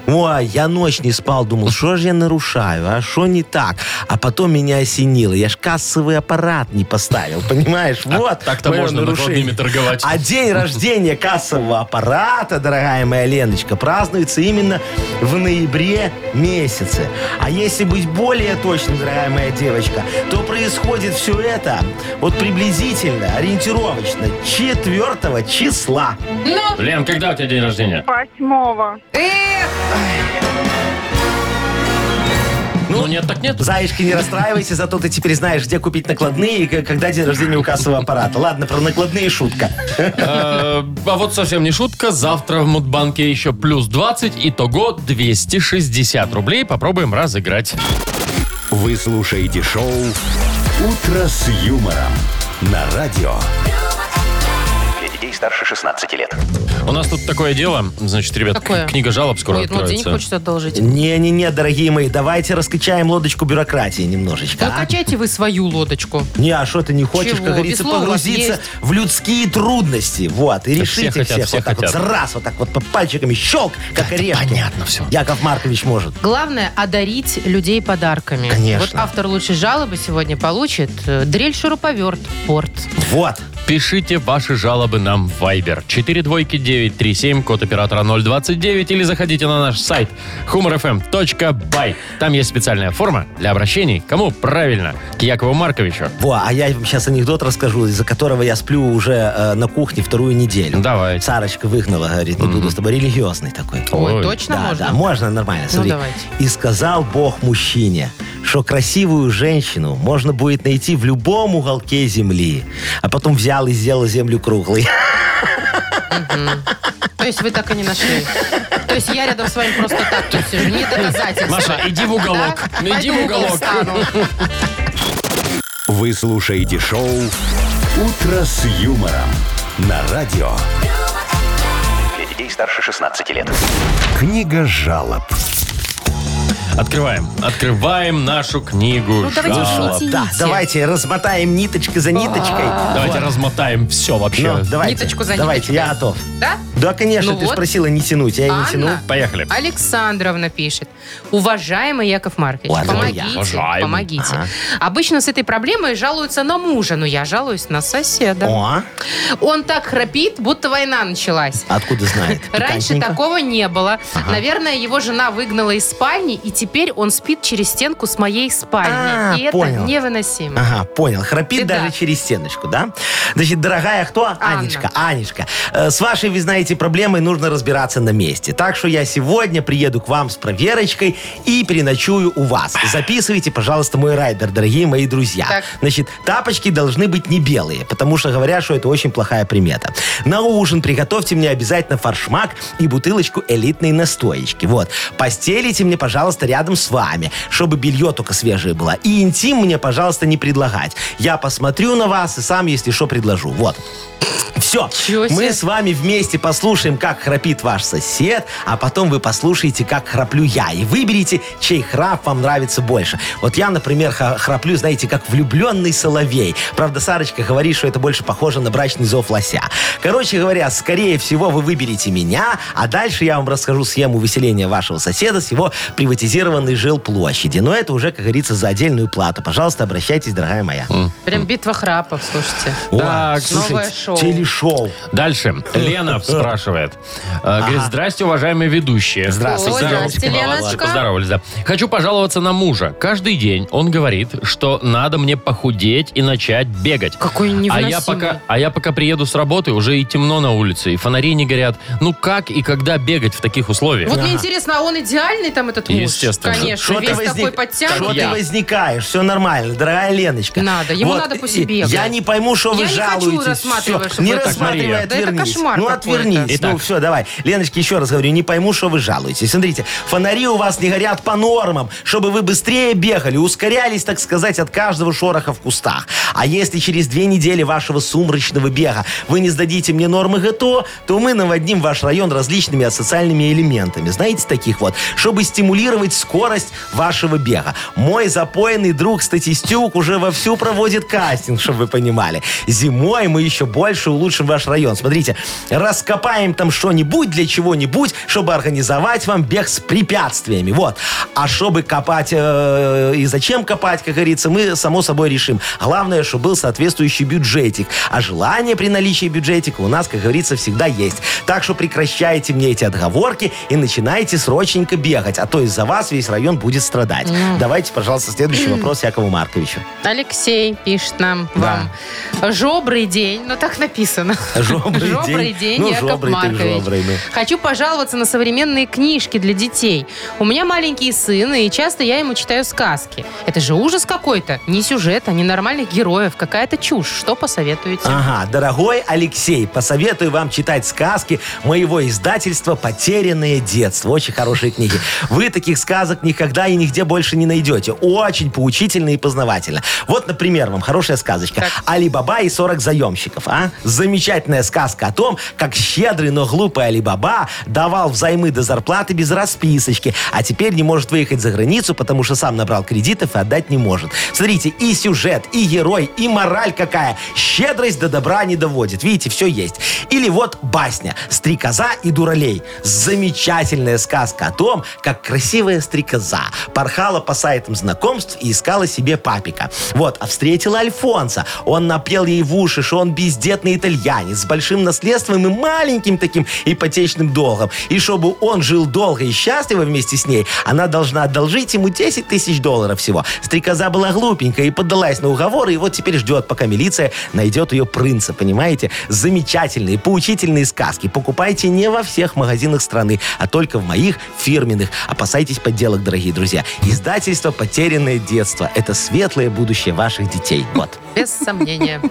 Speaker 3: Ой, я ночь не спал, думал, что же я нарушаю, а что не так? А потом меня осенило. Я ж кассовый аппарат не поставил, понимаешь? Вот.
Speaker 1: так-то
Speaker 3: мое
Speaker 1: можно накладными торговать.
Speaker 3: А день рождения кассового аппарата, дорогая моя Леночка, празднуется именно в ноябре месяце. А если быть более точным, дорогая моя девочка, то происходит все это вот приблизительно, ориентировочно, 4 числа.
Speaker 1: Лен, когда у тебя день рождения?
Speaker 5: Восьмого.
Speaker 1: Ну, нет, так нет.
Speaker 3: Заишки, не расстраивайся, зато ты теперь знаешь, где купить накладные и к- когда день рождения у кассового аппарата. Ладно, про накладные шутка.
Speaker 1: Э, А вот совсем не шутка. Завтра в Мудбанке еще плюс 20. Итого 260 рублей. Попробуем разыграть.
Speaker 4: Вы слушаете шоу «Утро с юмором» на радио.
Speaker 6: Для детей старше 16 лет.
Speaker 1: У нас тут такое дело. Значит, ребят,
Speaker 2: Какое?
Speaker 1: к- книга жалоб скоро
Speaker 2: Ой, ну денег
Speaker 1: откроется.
Speaker 2: хочется одолжить.
Speaker 3: Не-не-не, дорогие мои, давайте раскачаем лодочку бюрократии немножечко. а?
Speaker 2: Закачайте вы свою лодочку.
Speaker 3: Не, а что ты не хочешь,
Speaker 2: Чего?
Speaker 3: как говорится,
Speaker 2: Весло у вас
Speaker 3: погрузиться
Speaker 2: есть.
Speaker 3: в людские трудности. Вот, и
Speaker 1: Так
Speaker 3: решите
Speaker 1: все
Speaker 3: всех,
Speaker 1: хотят, все
Speaker 3: вот так
Speaker 1: хотят.
Speaker 3: вот, раз, вот так вот по пальчиками щелк, как орешки.
Speaker 1: понятно всё.
Speaker 3: Яков Маркович может.
Speaker 2: Главное – одарить людей подарками.
Speaker 3: Конечно.
Speaker 2: Вот автор лучшей жалобы сегодня получит э, дрель-шуруповерт «Порт».
Speaker 3: Вот.
Speaker 1: Пишите ваши жалобы нам в Viber. 42937, код оператора 029. Или заходите на наш сайт humorfm.by. Там есть специальная форма для обращений. Кому? Правильно. К Якову Марковичу.
Speaker 3: Во, а я вам сейчас анекдот расскажу, из-за которого я сплю уже э, на кухне вторую неделю.
Speaker 1: Давай.
Speaker 3: Сарочка выгнала, говорит, не буду с тобой. Религиозный такой.
Speaker 2: Ой,
Speaker 1: Ой.
Speaker 2: точно
Speaker 3: да,
Speaker 2: можно? Ну,
Speaker 3: да, можно нормально. Смотри.
Speaker 2: давайте.
Speaker 3: И сказал Бог мужчине, что красивую женщину можно будет найти в любом уголке земли. А потом взял и сделал землю круглой.
Speaker 2: То есть вы так и не нашли. То есть я рядом с вами просто так тут сижу. Не доказательство. (laughs)
Speaker 1: Маша, иди в уголок.
Speaker 2: Да?
Speaker 1: Иди в
Speaker 2: Пойду
Speaker 1: уголок.
Speaker 2: встану.
Speaker 4: Вы слушаете шоу «Утро с юмором» на радио.
Speaker 6: Для детей старше 16 лет.
Speaker 4: Книга жалоб.
Speaker 1: Открываем. Открываем нашу книгу
Speaker 2: Ну, давайте
Speaker 1: жалоб.
Speaker 2: шутить.
Speaker 3: Да,
Speaker 2: Извините.
Speaker 3: давайте размотаем ниточкой за ниточкой.
Speaker 1: Давайте размотаем все вообще.
Speaker 3: Ну, давайте.
Speaker 2: А. Ниточку за
Speaker 3: Давайте,
Speaker 2: ниточкой.
Speaker 3: я готов.
Speaker 2: Да?
Speaker 3: Да, конечно,
Speaker 2: Ну
Speaker 3: ты
Speaker 2: вот.
Speaker 3: спросила не тянуть, я и не тяну.
Speaker 2: Анна
Speaker 1: Поехали.
Speaker 2: А, Александровна пишет. Уважаемый Яков Маркович,
Speaker 3: Ладно,
Speaker 2: помогите,
Speaker 3: я.
Speaker 1: Уважаемый.
Speaker 2: помогите.
Speaker 3: Ага.
Speaker 2: Обычно с этой проблемой жалуются на мужа, но я жалуюсь на соседа.
Speaker 3: О, а?
Speaker 2: Он так храпит, будто война началась.
Speaker 3: откуда знает?
Speaker 2: (laughs) Раньше
Speaker 3: Пикантненько.
Speaker 2: такого не было. Наверное, его жена выгнала из спальни, и теперь он спит через стенку с моей спальни.
Speaker 3: А,
Speaker 2: и это
Speaker 3: понял.
Speaker 2: невыносимо.
Speaker 3: Ага, понял. Храпит
Speaker 2: Беда.
Speaker 3: даже через стеночку, да? Значит, дорогая кто? Анечка. Анечка. э, с вашей, вы знаете, эти проблемы нужно разбираться на месте. Так что я сегодня приеду к вам с проверочкой и переночую у вас. Записывайте, пожалуйста, мой райдер, дорогие мои друзья.
Speaker 2: Так.
Speaker 3: Значит, тапочки должны быть не белые, потому что говорят, что это очень плохая примета. На ужин приготовьте мне обязательно форшмак и бутылочку элитной настоечки. Вот. Постелите мне, пожалуйста, рядом с вами, чтобы белье только свежее было. И интим мне, пожалуйста, не предлагать. Я посмотрю на вас и сам, если что, предложу. Вот. Все.
Speaker 2: Чего себе.
Speaker 3: Мы с вами вместе послушаем, как храпит ваш сосед, а потом вы послушаете, как храплю я. И выберите, чей храп вам нравится больше. Вот я, например, ха- храплю, знаете, как влюбленный соловей. Правда, Сарочка говорит, что это больше похоже на брачный зов лося. Короче говоря, скорее всего, вы выберете меня, а дальше я вам расскажу схему выселения вашего соседа с его приватизированной жилплощади. Но это уже, как говорится, за отдельную плату. Пожалуйста, обращайтесь, дорогая моя.
Speaker 2: Прям битва храпов, слушайте.
Speaker 3: О,
Speaker 1: Так,
Speaker 3: слушайте,
Speaker 2: новое шоу.
Speaker 3: телешоу.
Speaker 1: Дальше. Лена спрашивает. Э, Говорит, здрасте, уважаемые ведущие.
Speaker 3: Здравствуйте.
Speaker 2: Ой, здрасте, Леночка.
Speaker 1: Поздоровались, да. Хочу пожаловаться на мужа. Каждый день он говорит, что надо мне похудеть и начать бегать.
Speaker 2: Какой
Speaker 1: А
Speaker 2: невыносимый.
Speaker 1: я, пока, а я пока приеду с работы, уже и темно на улице, и фонари не горят. Ну как и когда бегать в таких условиях?
Speaker 2: Вот мне интересно, а он идеальный там этот муж?
Speaker 1: Естественно.
Speaker 2: Конечно,
Speaker 3: Шо
Speaker 2: весь такой
Speaker 3: возник- Шо
Speaker 2: подтянутый.
Speaker 3: ты возникаешь? Все нормально, дорогая Леночка.
Speaker 2: Надо, ему надо по себе
Speaker 3: и- Я
Speaker 2: бегать.
Speaker 3: не пойму, что вы
Speaker 2: Я не хочу
Speaker 3: жалуетесь.
Speaker 2: рассматривать,
Speaker 3: Всё,
Speaker 2: чтобы
Speaker 3: не
Speaker 2: это-
Speaker 1: Так, Мария.
Speaker 3: рассматривай,
Speaker 2: Да это
Speaker 3: отвернись.
Speaker 2: кошмар
Speaker 3: ну,
Speaker 2: какой-то.
Speaker 3: отвернись. Ну,
Speaker 1: Итак.
Speaker 3: все, давай. Леночка, еще раз говорю, не пойму, что вы жалуетесь. Смотрите, фонари у вас не горят по нормам, чтобы вы быстрее бегали, ускорялись, так сказать, от каждого шороха в кустах. А если через две недели вашего сумрачного бега вы не сдадите мне нормы ГТО, то мы наводним ваш район различными асоциальными элементами. Знаете, таких вот, чтобы стимулировать скорость вашего бега. Мой запойный друг Статистюк уже вовсю проводит кастинг, чтобы вы понимали. Зимой мы еще больше улучшим ваш район. Смотрите, раскопаем там что-нибудь для чего-нибудь, чтобы организовать вам бег с препятствиями. Вот. А чтобы копать э, и зачем копать, как говорится, мы само собой решим. А Главное, чтобы был соответствующий бюджетик. А желание при наличии бюджетика у нас, как говорится, всегда есть. Так что прекращайте мне эти отговорки и начинайте срочненько бегать, а то из-за вас весь район будет страдать. Давайте,
Speaker 2: (clears throat)
Speaker 3: пожалуйста, следующий вопрос Якову Марковичу.
Speaker 2: Алексей пишет нам вам. Жобрый день. Ну, так написано.
Speaker 3: Жобрый день.
Speaker 2: день,
Speaker 3: Ну,
Speaker 2: Яков
Speaker 3: жобрый ты,
Speaker 2: Маркович.
Speaker 3: жобрый, ну.
Speaker 2: Хочу пожаловаться на современные книжки для детей. У меня маленький сын, и часто я ему читаю сказки. Это же ужас какой-то. Ни сюжета, ни нормальных героев. Какая-то чушь. Что посоветуете?
Speaker 3: Ага, дорогой Алексей, посоветую вам читать сказки моего издательства «Потерянное детство». Очень хорошие книги. Вы таких сказок никогда и нигде больше не найдете. Очень поучительно и познавательно. Вот, например, вам хорошая сказочка. «Али Баба и 40 заемщиков». А? Замечательная сказка о том, как щедрый, но глупый Али Баба давал взаймы до зарплаты без расписочки, а теперь не может выехать за границу, потому что сам набрал кредитов и отдать не может. Смотрите, и сюжет, и герой, и мораль какая. Щедрость до добра не доводит. Видите, все есть. Или вот басня «Стрекоза и дуралей». Замечательная сказка о том, как красивая стрекоза порхала по сайтам знакомств и искала себе папика. Вот, а встретила Альфонса. Он напел ей в уши, что он бездетный итальянец с большим наследством и маленьким таким ипотечным долгом. И чтобы он жил долго и счастливо вместе с ней, она должна одолжить ему 10 тысяч долларов всего. Стрекоза была глупенькая и поддалась на уговоры, и вот теперь ждет, пока милиция найдет ее принца, понимаете? Замечательные, поучительные сказки. Покупайте не во всех магазинах страны, а только в моих фирменных. Опасайтесь подделок, дорогие друзья. Издательство «Потерянное детство» — это светлое будущее ваших детей. Вот.
Speaker 2: Без сомнения.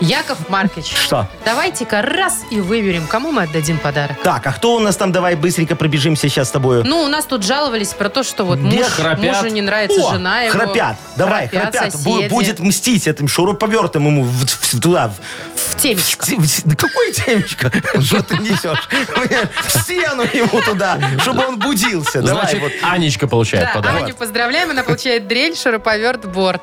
Speaker 2: Яков Маркович.
Speaker 3: Что?
Speaker 2: Давайте-ка раз и выберем, кому мы отдадим подарок.
Speaker 3: Так, а кто у нас там? Давай быстренько пробежимся сейчас с тобою.
Speaker 2: Ну, у нас тут жаловались про то, что вот муж,
Speaker 3: Бег,
Speaker 1: храпят.
Speaker 2: мужу не нравится
Speaker 3: О,
Speaker 2: жена его.
Speaker 3: Храпят. Давай,
Speaker 2: храпят
Speaker 3: храпят. Бу-
Speaker 2: соседи.
Speaker 3: Будет мстить этим шуруповертым ему в- в- туда. в-
Speaker 2: в
Speaker 3: в-
Speaker 2: темечко.
Speaker 3: в- Да какое темечко? Что ты несешь? В стену ему туда, чтобы он будился. Давай
Speaker 1: Значит,
Speaker 3: вот.
Speaker 1: Анечка получает
Speaker 2: Да,
Speaker 1: подарок.
Speaker 2: Аню поздравляем, она получает дрель, шуруповерт, борт.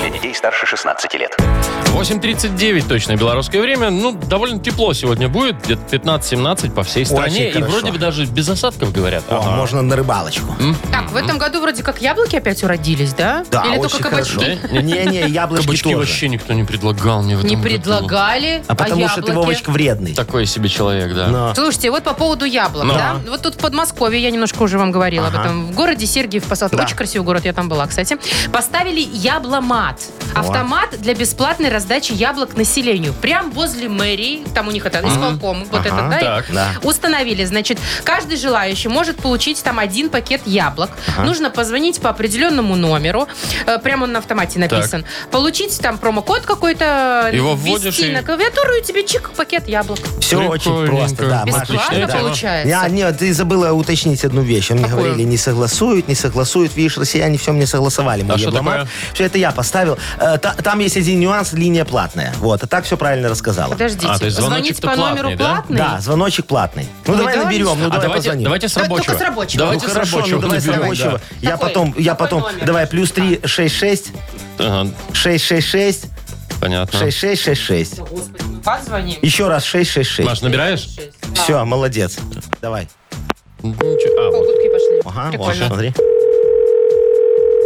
Speaker 6: Для детей детей старше 16 лет.
Speaker 1: 8.39 точно белорусское время. Ну, довольно тепло сегодня будет, где-то 15-17 по всей стране. и
Speaker 3: хорошо.
Speaker 1: вроде бы даже без осадков говорят.
Speaker 3: О,
Speaker 1: Ага.
Speaker 3: можно на рыбалочку.
Speaker 2: Так, в этом году вроде как яблоки опять уродились, да?
Speaker 3: Да,
Speaker 2: Или
Speaker 3: очень
Speaker 2: только кабачки?
Speaker 3: хорошо. Не-не, яблочки
Speaker 1: Кабачки
Speaker 3: тоже.
Speaker 1: вообще никто не предлагал мне в этом
Speaker 2: Не
Speaker 1: году.
Speaker 2: предлагали,
Speaker 3: А потому что ты,
Speaker 2: яблоки?
Speaker 3: Вовочка, вредный.
Speaker 1: Такой себе человек, да.
Speaker 3: Но.
Speaker 2: Слушайте, вот по поводу яблок,
Speaker 1: Ну.
Speaker 2: да? Вот тут в Подмосковье, я немножко уже вам говорила об
Speaker 3: Ага.
Speaker 2: этом, в городе Сергиев Посад,
Speaker 3: Да.
Speaker 2: очень красивый город, я там была, кстати, поставили ябломат. Автомат для бесплатной раздачи яблок населению. Прям возле мэрии, там у них это, исполком, вот
Speaker 3: Ага.
Speaker 2: этот, да? и-
Speaker 1: Так.
Speaker 3: Да.
Speaker 2: Установили, значит, каждый желающий может получить там один пакет яблок. Нужно позвонить по определенному номеру, Э, прямо он на автомате написан, получить там промокод какой-то,
Speaker 1: Его
Speaker 2: ввести
Speaker 1: вводишь и-
Speaker 2: на клавиатуру, и тебе чик, пакет яблок.
Speaker 3: Все очень
Speaker 1: Прикольненько.
Speaker 3: просто, да, Маша.
Speaker 1: Отличная
Speaker 2: Бесплатно
Speaker 1: тема.
Speaker 2: получается.
Speaker 3: Я, нет, ты забыла уточнить одну вещь. Мне
Speaker 2: Какую?
Speaker 3: говорили, не согласуют, не согласуют. Видишь, россияне все мне согласовали. мой
Speaker 1: А что
Speaker 3: дипломат.
Speaker 1: такое?
Speaker 3: Все это я поставил. Э, та- Там есть один нюанс, линия платная. Вот, а так все правильно рассказала.
Speaker 2: Подождите,
Speaker 1: А, то есть
Speaker 2: звонить
Speaker 1: звоночек-то
Speaker 2: по
Speaker 1: платный,
Speaker 2: номеру
Speaker 1: да?
Speaker 2: платный?
Speaker 3: Да, звоночек платный. Ну,
Speaker 2: Ну,
Speaker 3: давай
Speaker 2: давай.
Speaker 3: наберем, ну,
Speaker 1: А
Speaker 3: давай
Speaker 1: давайте,
Speaker 3: позвоним.
Speaker 1: давайте с
Speaker 2: Да, только
Speaker 1: рабочего.
Speaker 2: с рабочего.
Speaker 3: Ну,
Speaker 1: Давайте с
Speaker 3: хорошо,
Speaker 1: рабочего.
Speaker 3: ну, давай с
Speaker 1: наберем, да.
Speaker 3: рабочего. Я
Speaker 2: Какой?
Speaker 3: потом, я
Speaker 2: Какой
Speaker 3: потом,
Speaker 2: номер? А.
Speaker 3: давай, плюс 3, 6, 6,
Speaker 1: Ага,
Speaker 3: 6, 6, 6,
Speaker 1: понятно.
Speaker 3: 6, 6, 6, 6.
Speaker 2: Господи, ну как звоним?
Speaker 3: Еще раз 6, 6, 6.
Speaker 1: Маш, набираешь?
Speaker 3: Все, молодец. Давай.
Speaker 1: Ничего. А,
Speaker 2: О,
Speaker 1: вот.
Speaker 2: гудки пошли.
Speaker 3: Ага, вот,
Speaker 2: Прикольно.
Speaker 3: смотри.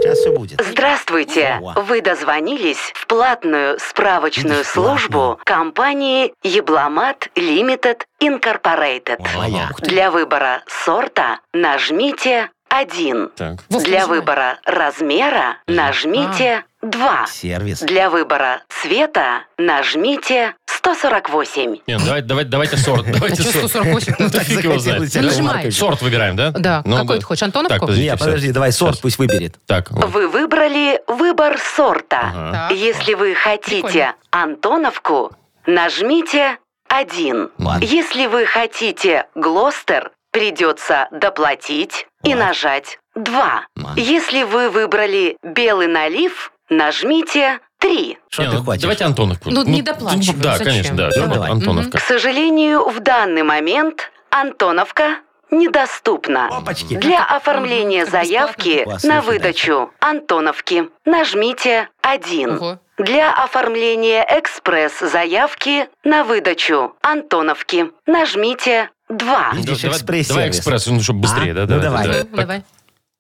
Speaker 3: Сейчас все будет.
Speaker 8: Здравствуйте!
Speaker 3: Во.
Speaker 8: Вы дозвонились в платную справочную службу компании Ебломат Limited Incorporated.
Speaker 3: Моя.
Speaker 8: Для выбора сорта нажмите 1.
Speaker 1: Так.
Speaker 2: Вот
Speaker 8: Для
Speaker 2: нажимай.
Speaker 8: выбора размера
Speaker 2: А,
Speaker 8: нажмите 2.
Speaker 3: Сервис.
Speaker 8: Для выбора цвета нажмите 148.
Speaker 1: Не, ну, давай- давай- давайте
Speaker 3: (laughs)
Speaker 1: сорт.
Speaker 2: А
Speaker 1: Давайте
Speaker 2: что
Speaker 1: сорт.
Speaker 2: 148
Speaker 1: (laughs) Ну, да фиг его
Speaker 3: захотелось,
Speaker 1: знает.
Speaker 3: Яков
Speaker 1: Давай.
Speaker 2: Маркович.
Speaker 1: Сорт выбираем, да?
Speaker 2: Да,
Speaker 1: Ну,
Speaker 2: какой ты хочешь,
Speaker 1: Так,
Speaker 2: Антоновку?
Speaker 1: подождите.
Speaker 3: Не,
Speaker 1: всё.
Speaker 3: подожди, давай сорт пусть выберет.
Speaker 1: Так, вот.
Speaker 8: Вы выбрали выбор сорта.
Speaker 1: Ага.
Speaker 2: Так.
Speaker 8: Если вы хотите
Speaker 2: Прикольно.
Speaker 8: Антоновку, нажмите 1.
Speaker 3: Ладно.
Speaker 8: Если вы хотите Глостер, придется доплатить и
Speaker 3: Ладно.
Speaker 8: нажать 2.
Speaker 3: Ладно.
Speaker 8: Если вы выбрали белый налив, нажмите 3.
Speaker 3: Что
Speaker 1: Не,
Speaker 3: ты
Speaker 1: ну,
Speaker 3: хочешь?
Speaker 1: Давайте Антоновку.
Speaker 2: Ну, не доплачивай,
Speaker 1: Да,
Speaker 2: зачем?
Speaker 1: конечно, да.
Speaker 3: Ну,
Speaker 1: Ан-
Speaker 3: давай.
Speaker 8: К
Speaker 1: Антоновка.
Speaker 8: сожалению, в данный момент Антоновка недоступна.
Speaker 3: Опачки.
Speaker 8: Для оформления
Speaker 2: Как бесплатно.
Speaker 8: заявки
Speaker 3: Класс,
Speaker 8: на
Speaker 3: слушай,
Speaker 8: выдачу Антоновки нажмите 1.
Speaker 2: Ого.
Speaker 8: Для оформления экспресс-заявки на выдачу Антоновки нажмите 2.
Speaker 3: Видишь,
Speaker 1: Ну, Давай-
Speaker 3: экспресс-сервис.
Speaker 1: Давай экспресс, ну, чтобы быстрее,
Speaker 3: А?
Speaker 1: да?
Speaker 3: Ну, давай.
Speaker 1: да,
Speaker 2: Ну,
Speaker 1: да.
Speaker 2: давай.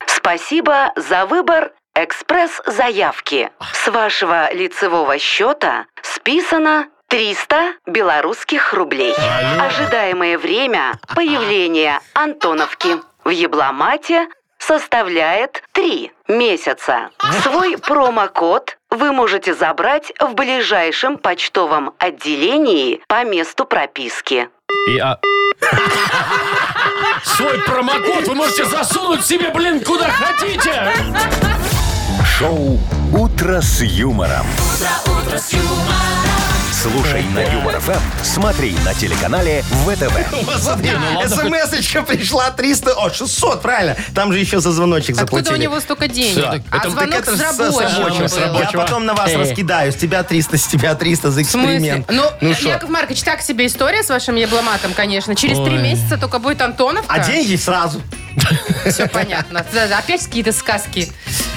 Speaker 8: Спасибо за выбор экспресс-заявки. С вашего лицевого счета списано 300 белорусских рублей.
Speaker 1: Алло.
Speaker 8: Ожидаемое время появления Антоновки в Ебломате составляет 3 месяца. Свой промокод вы можете забрать в ближайшем почтовом отделении по месту прописки.
Speaker 1: И, а- Свой промокод вы можете засунуть себе, блин, куда хотите.
Speaker 4: Шоу «Утро с юмором». Слушай на Юмор ФМ, смотри на телеканале ВТВ.
Speaker 3: Смотри, смс-очка пришла 300, о, 600, правильно. Там же еще за звоночек
Speaker 2: Откуда А у
Speaker 3: заплатили.
Speaker 2: него столько денег?
Speaker 1: Всё, так
Speaker 2: а
Speaker 3: Это- так
Speaker 2: звонок
Speaker 3: это
Speaker 2: с
Speaker 3: ж
Speaker 2: рабочего.
Speaker 1: рабочего, с
Speaker 2: был.
Speaker 1: рабочего.
Speaker 3: Я потом на вас раскидаю. С тебя 300, с тебя 300 за
Speaker 2: В смысле?
Speaker 3: эксперимент.
Speaker 2: Ну,
Speaker 3: шо?
Speaker 2: Яков Маркович, так себе история с вашим ебломатом, конечно. Через три
Speaker 1: Ой.
Speaker 2: месяца только будет Антоновка.
Speaker 3: А деньги сразу.
Speaker 2: Все понятно. Да, да, Опять какие-то сказки.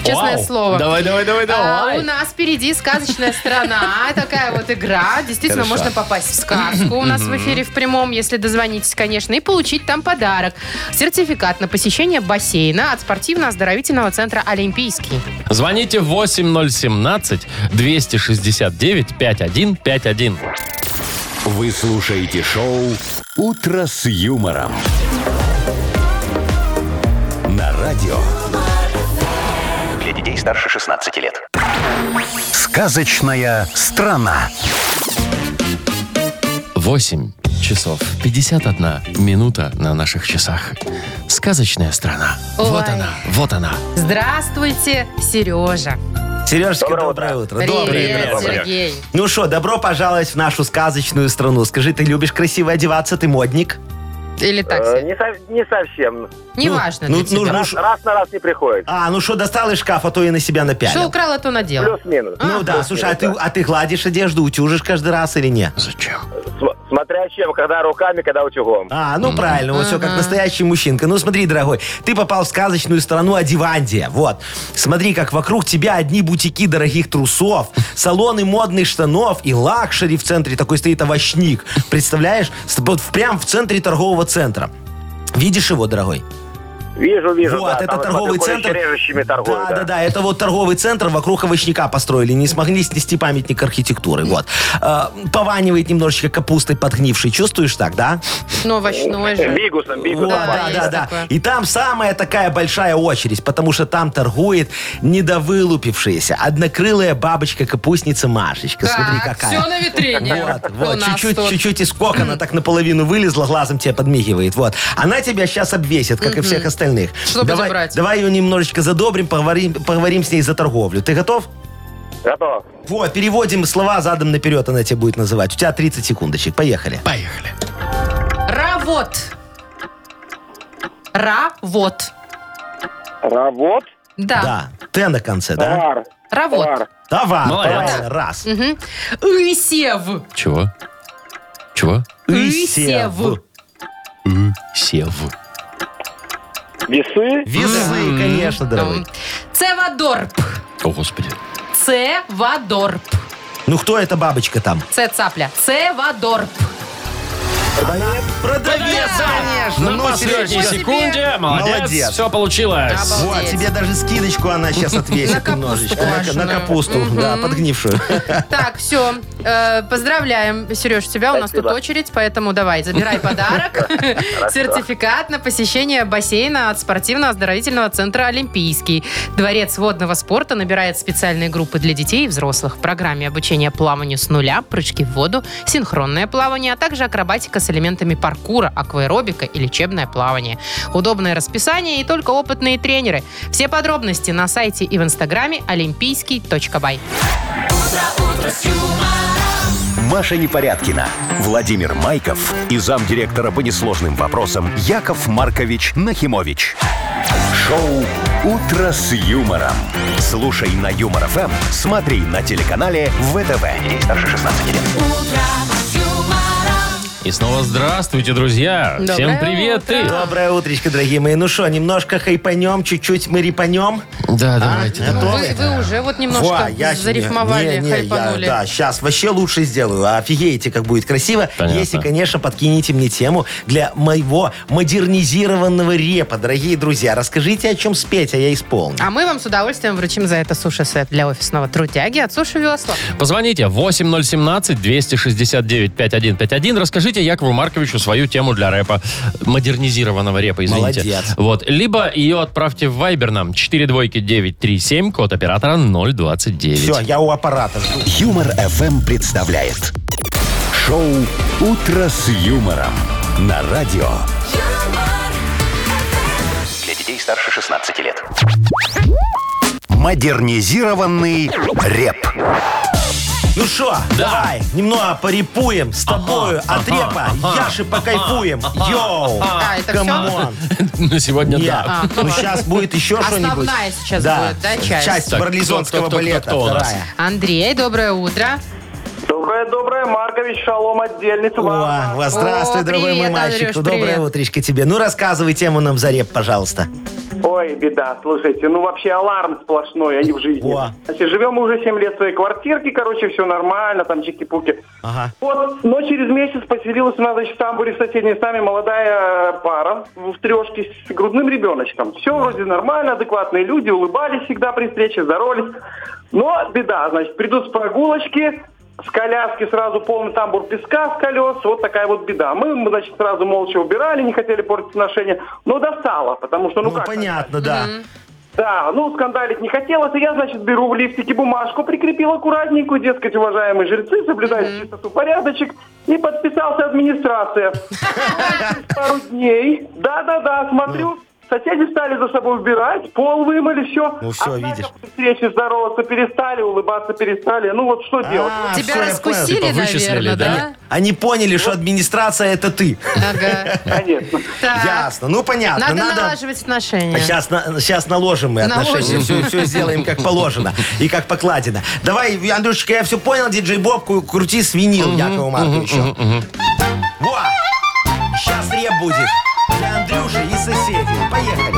Speaker 2: Честное
Speaker 1: Вау.
Speaker 2: слово.
Speaker 1: Давай, давай, давай,
Speaker 2: А,
Speaker 1: давай.
Speaker 2: у нас впереди сказочная страна. Такая вот игра. Действительно,
Speaker 3: Хорошо.
Speaker 2: можно попасть в сказку у нас в эфире в прямом, если дозвонитесь, конечно, и получить там подарок. Сертификат на посещение бассейна от спортивно-оздоровительного центра «Олимпийский».
Speaker 1: Звоните 8017-269-5151.
Speaker 4: Вы слушаете шоу «Утро с юмором». На радио
Speaker 6: Для детей старше 16 лет.
Speaker 4: «Сказочная страна».
Speaker 1: 8 часов 51 минута на наших часах. Сказочная страна.
Speaker 2: Ой.
Speaker 1: Вот она, вот она.
Speaker 2: Здравствуйте, Сережа.
Speaker 3: Сережечка, доброе утро.
Speaker 2: Привет,
Speaker 1: доброе.
Speaker 2: Сергей.
Speaker 3: Ну что, добро пожаловать в нашу сказочную страну. Скажи, ты любишь красиво одеваться, ты модник?
Speaker 2: Или так
Speaker 7: Э,
Speaker 2: себе.
Speaker 7: не, со- не совсем.
Speaker 2: Неважно
Speaker 3: Ну,
Speaker 2: для тебя.
Speaker 3: ну, ну,
Speaker 7: Раз,
Speaker 3: ш-
Speaker 7: раз на раз не приходит.
Speaker 3: а, ну что, достал из шкафа, то и на себя
Speaker 2: Что
Speaker 3: напялил.
Speaker 2: украла, то надела.
Speaker 7: Плюс-минус.
Speaker 3: Ну да, слушай, а ты,
Speaker 7: Плюс-минус,
Speaker 3: а ты гладишь одежду, утюжишь каждый раз или нет?
Speaker 1: Зачем?
Speaker 7: да. См- Смотря чем, когда руками, когда утюгом.
Speaker 3: А, ну правильно, вот все как настоящий мужчинка. Ну смотри, дорогой, ты попал в сказочную страну Одивандия. Вот. Смотри, как вокруг тебя одни бутики дорогих трусов, салоны модных штанов и лакшери в центре такой стоит овощник. Представляешь? С- вот Прям в центре торгового центра. Видишь его, дорогой?
Speaker 7: Вижу, вижу.
Speaker 3: Вот,
Speaker 7: да,
Speaker 3: это
Speaker 7: там, вот,
Speaker 3: торговый
Speaker 7: смотрю,
Speaker 3: центр.
Speaker 7: режущими торгуют,
Speaker 3: да, да, да, это вот торговый центр вокруг овощника построили. Не смогли снести памятник архитектуры. Вот. Э, пованивает немножечко капустой подгнившей. Чувствуешь так, да?
Speaker 2: Ну, овощной же.
Speaker 7: Бигусом, бигусом.
Speaker 3: Вот, да,
Speaker 2: есть
Speaker 3: да, да.
Speaker 2: такое.
Speaker 3: И там самая такая большая очередь, потому что там торгует недовылупившаяся однокрылая бабочка-капустница Машечка. Смотри, какая.
Speaker 2: все на витрине.
Speaker 3: Вот,
Speaker 2: У
Speaker 3: вот,
Speaker 2: нас
Speaker 3: чуть-чуть,
Speaker 2: тут.
Speaker 3: чуть-чуть из кокона так наполовину вылезла, глазом тебе подмигивает. Вот. Она тебя сейчас обвесит, как и всех остальных.
Speaker 2: Чтобы
Speaker 3: давай,
Speaker 2: забрать.
Speaker 3: давай ее немножечко задобрим, поговорим, поговорим с ней за торговлю. Ты готов?
Speaker 7: Готов.
Speaker 3: Вот, переводим слова задом наперед, она тебя будет называть. У тебя 30 секундочек. Поехали.
Speaker 1: Поехали.
Speaker 2: Равот. Равот.
Speaker 7: Работ,
Speaker 2: Да.
Speaker 3: Да. Т на конце, да?
Speaker 7: товар,
Speaker 2: Равот.
Speaker 7: товар,
Speaker 3: Товар.
Speaker 1: Молодец.
Speaker 3: правильно, Раз.
Speaker 2: Исев.
Speaker 1: Чего? Чего?
Speaker 3: Исев.
Speaker 2: Исев.
Speaker 1: Сев.
Speaker 7: весы,
Speaker 3: Весы, конечно, дорогой.
Speaker 2: Цевадорп.
Speaker 1: О, Господи.
Speaker 2: Цевадорп.
Speaker 3: Ну кто эта бабочка там?
Speaker 2: Це цапля. Цевадорп.
Speaker 3: Продавец, конечно.
Speaker 1: На последней
Speaker 3: Сережечка.
Speaker 1: секунде. Молодец.
Speaker 3: Молодец.
Speaker 1: Все получилось.
Speaker 3: Вот, а тебе даже скидочку она сейчас отвесит
Speaker 2: капусту
Speaker 3: немножечко. На- На
Speaker 2: квашеную.
Speaker 3: капусту, да, подгнившую.
Speaker 2: Так, все. поздравляем, Сереж, тебя. У нас тут
Speaker 7: Спасибо.
Speaker 2: очередь, поэтому давай, забирай подарок. Сертификат на посещение бассейна от спортивно-оздоровительного центра «Олимпийский». Дворец водного спорта набирает специальные группы для детей и взрослых. В программе обучение плаванию с нуля, прыжки в воду, синхронное плавание, а также акробатика с элементами паркура, акваэробика и лечебное плавание. Удобное расписание и только опытные тренеры. Все подробности на сайте и в инстаграме олимпийский.бай.
Speaker 4: Маша Непорядкина, Владимир Майков и замдиректора по несложным вопросам Яков Маркович Нахимович. Шоу «Утро с юмором». Слушай на Юмор ФМ, смотри на телеканале ВТВ. Ей старше 16 лет.
Speaker 1: И снова здравствуйте, друзья.
Speaker 2: Доброе
Speaker 1: Всем привет.
Speaker 2: утро.
Speaker 1: Ты.
Speaker 3: Доброе утречко, дорогие мои. Ну что, немножко хайпанем, чуть-чуть мы репанем.
Speaker 1: Да, давайте.
Speaker 3: давайте,
Speaker 2: Ну,
Speaker 3: давайте. Готовы?
Speaker 2: Вы, вы уже вот немножко
Speaker 3: Во, я сегодня-
Speaker 2: зарифмовали,
Speaker 3: не, не, я-
Speaker 2: хайпанули.
Speaker 3: да, сейчас вообще лучше сделаю. Офигеете, как будет красиво.
Speaker 1: Понятно.
Speaker 3: Если, конечно, подкинете мне тему для моего модернизированного репа. Дорогие друзья, расскажите, о чем спеть, а я исполню.
Speaker 2: А мы вам с удовольствием вручим за это суши-сет для офисного трудяги от Суши Весла.
Speaker 1: Позвоните 8017-269-5151. Расскажите Якову Марковичу свою тему для рэпа. Модернизированного репа, извините.
Speaker 3: Молодец.
Speaker 1: Вот. Либо ее отправьте в Viber нам 42937, код оператора
Speaker 2: А,
Speaker 1: 029.
Speaker 3: Все, я у аппарата жду.
Speaker 4: Юмор ФМ представляет. Шоу «Утро с юмором» на радио.
Speaker 6: Для детей старше 16 лет.
Speaker 4: Модернизированный реп.
Speaker 3: Ну что, давай, немного порепуем с тобою от репа. Яши покайфуем. Йоу.
Speaker 2: А, это все?
Speaker 3: Камон.
Speaker 1: (laughs) На сегодня
Speaker 3: Нет.
Speaker 1: да. А,
Speaker 3: Ну сейчас будет еще
Speaker 2: Основная
Speaker 3: что-нибудь.
Speaker 2: сейчас будет, да, часть?
Speaker 3: Часть
Speaker 1: Так, кто,
Speaker 3: барлизонского
Speaker 1: кто, кто,
Speaker 3: балета.
Speaker 1: кто у нас?
Speaker 3: вторая.
Speaker 2: Андрей, доброе утро.
Speaker 7: Доброе-доброе, Маркович, шалом, отдельница вам.
Speaker 3: О, во, здравствуй,
Speaker 2: О,
Speaker 3: дорогой мой
Speaker 2: привет,
Speaker 3: мальчик.
Speaker 2: Андрюш,
Speaker 3: Доброе
Speaker 2: привет.
Speaker 3: утречко тебе. Ну, рассказывай тему нам за реп, пожалуйста.
Speaker 7: Ой, беда, слушайте, ну вообще аларм сплошной, а не в жизни.
Speaker 3: Во.
Speaker 7: Значит, живем мы уже 7 лет в своей квартирке, короче, все нормально, там чики-пуки.
Speaker 3: Ага.
Speaker 7: Вот, но через месяц поселилась у нас, значит, в тамбуре в соседней с нами молодая э, пара в трешке с грудным ребеночком. Все вроде нормально, адекватные люди, улыбались всегда при встрече, здоровались. Но беда, значит, придут с прогулочки, с коляски сразу полный тамбур песка с колес, вот такая вот беда. Мы, мы, значит, сразу молча убирали, не хотели портить отношения, но достало, потому что, ну,
Speaker 3: Ну,
Speaker 7: как...
Speaker 3: понятно, да.
Speaker 7: Да, ну скандалить не хотелось, и я, значит, беру в лифтике бумажку, прикрепил аккуратненькую, дескать, уважаемые жрецы, соблюдайте чистоту, порядочек, и подписался администрация. Через Пару дней, да-да-да, смотрю, соседи стали за собой убирать, пол вымыли, все.
Speaker 3: Ну, всё, видишь.
Speaker 7: встречи здороваться перестали, улыбаться перестали, ну вот что делать?
Speaker 3: А,
Speaker 2: Тебя
Speaker 3: всё, я понял.
Speaker 2: раскусили,
Speaker 1: Типа вычислили,
Speaker 2: наверное, да?
Speaker 3: Они поняли, что администрация это ты.
Speaker 2: Ага.
Speaker 7: Конечно.
Speaker 2: Так.
Speaker 3: Ясно. Ну, понятно.
Speaker 2: Надо
Speaker 3: Надо
Speaker 2: налаживать отношения.
Speaker 3: Сейчас, сейчас наложим мы
Speaker 2: Наложим.
Speaker 3: отношения, все, сделаем как положено и как покладено. Давай, Андрюшечка, я все понял, диджей Боб, ку- крути свинил Якову Марковичу. Во! Сейчас реп будет. Для Андрюши и соседей. Поехали.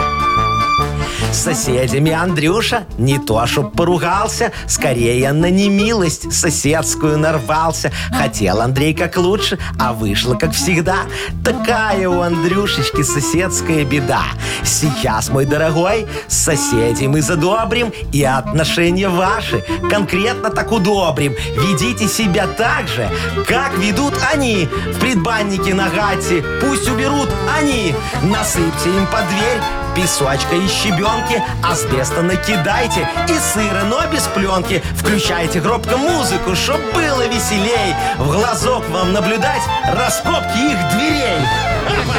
Speaker 3: С соседями Андрюша не то, чтоб поругался, скорее на немилость соседскую нарвался. Хотел Андрей как лучше, а вышло как всегда. Такая у Андрюшечки соседская беда. Сейчас, мой дорогой, с соседей мы задобрим и отношения ваши конкретно так удобрим. Ведите себя так же, как ведут они в предбаннике на гате. Пусть уберут они. Насыпьте им под дверь песочка и щебенки, асбеста накидайте и сыра, но без пленки. Включайте громко музыку, чтоб было веселей. В глазок вам наблюдать раскопки их дверей.
Speaker 2: Ну,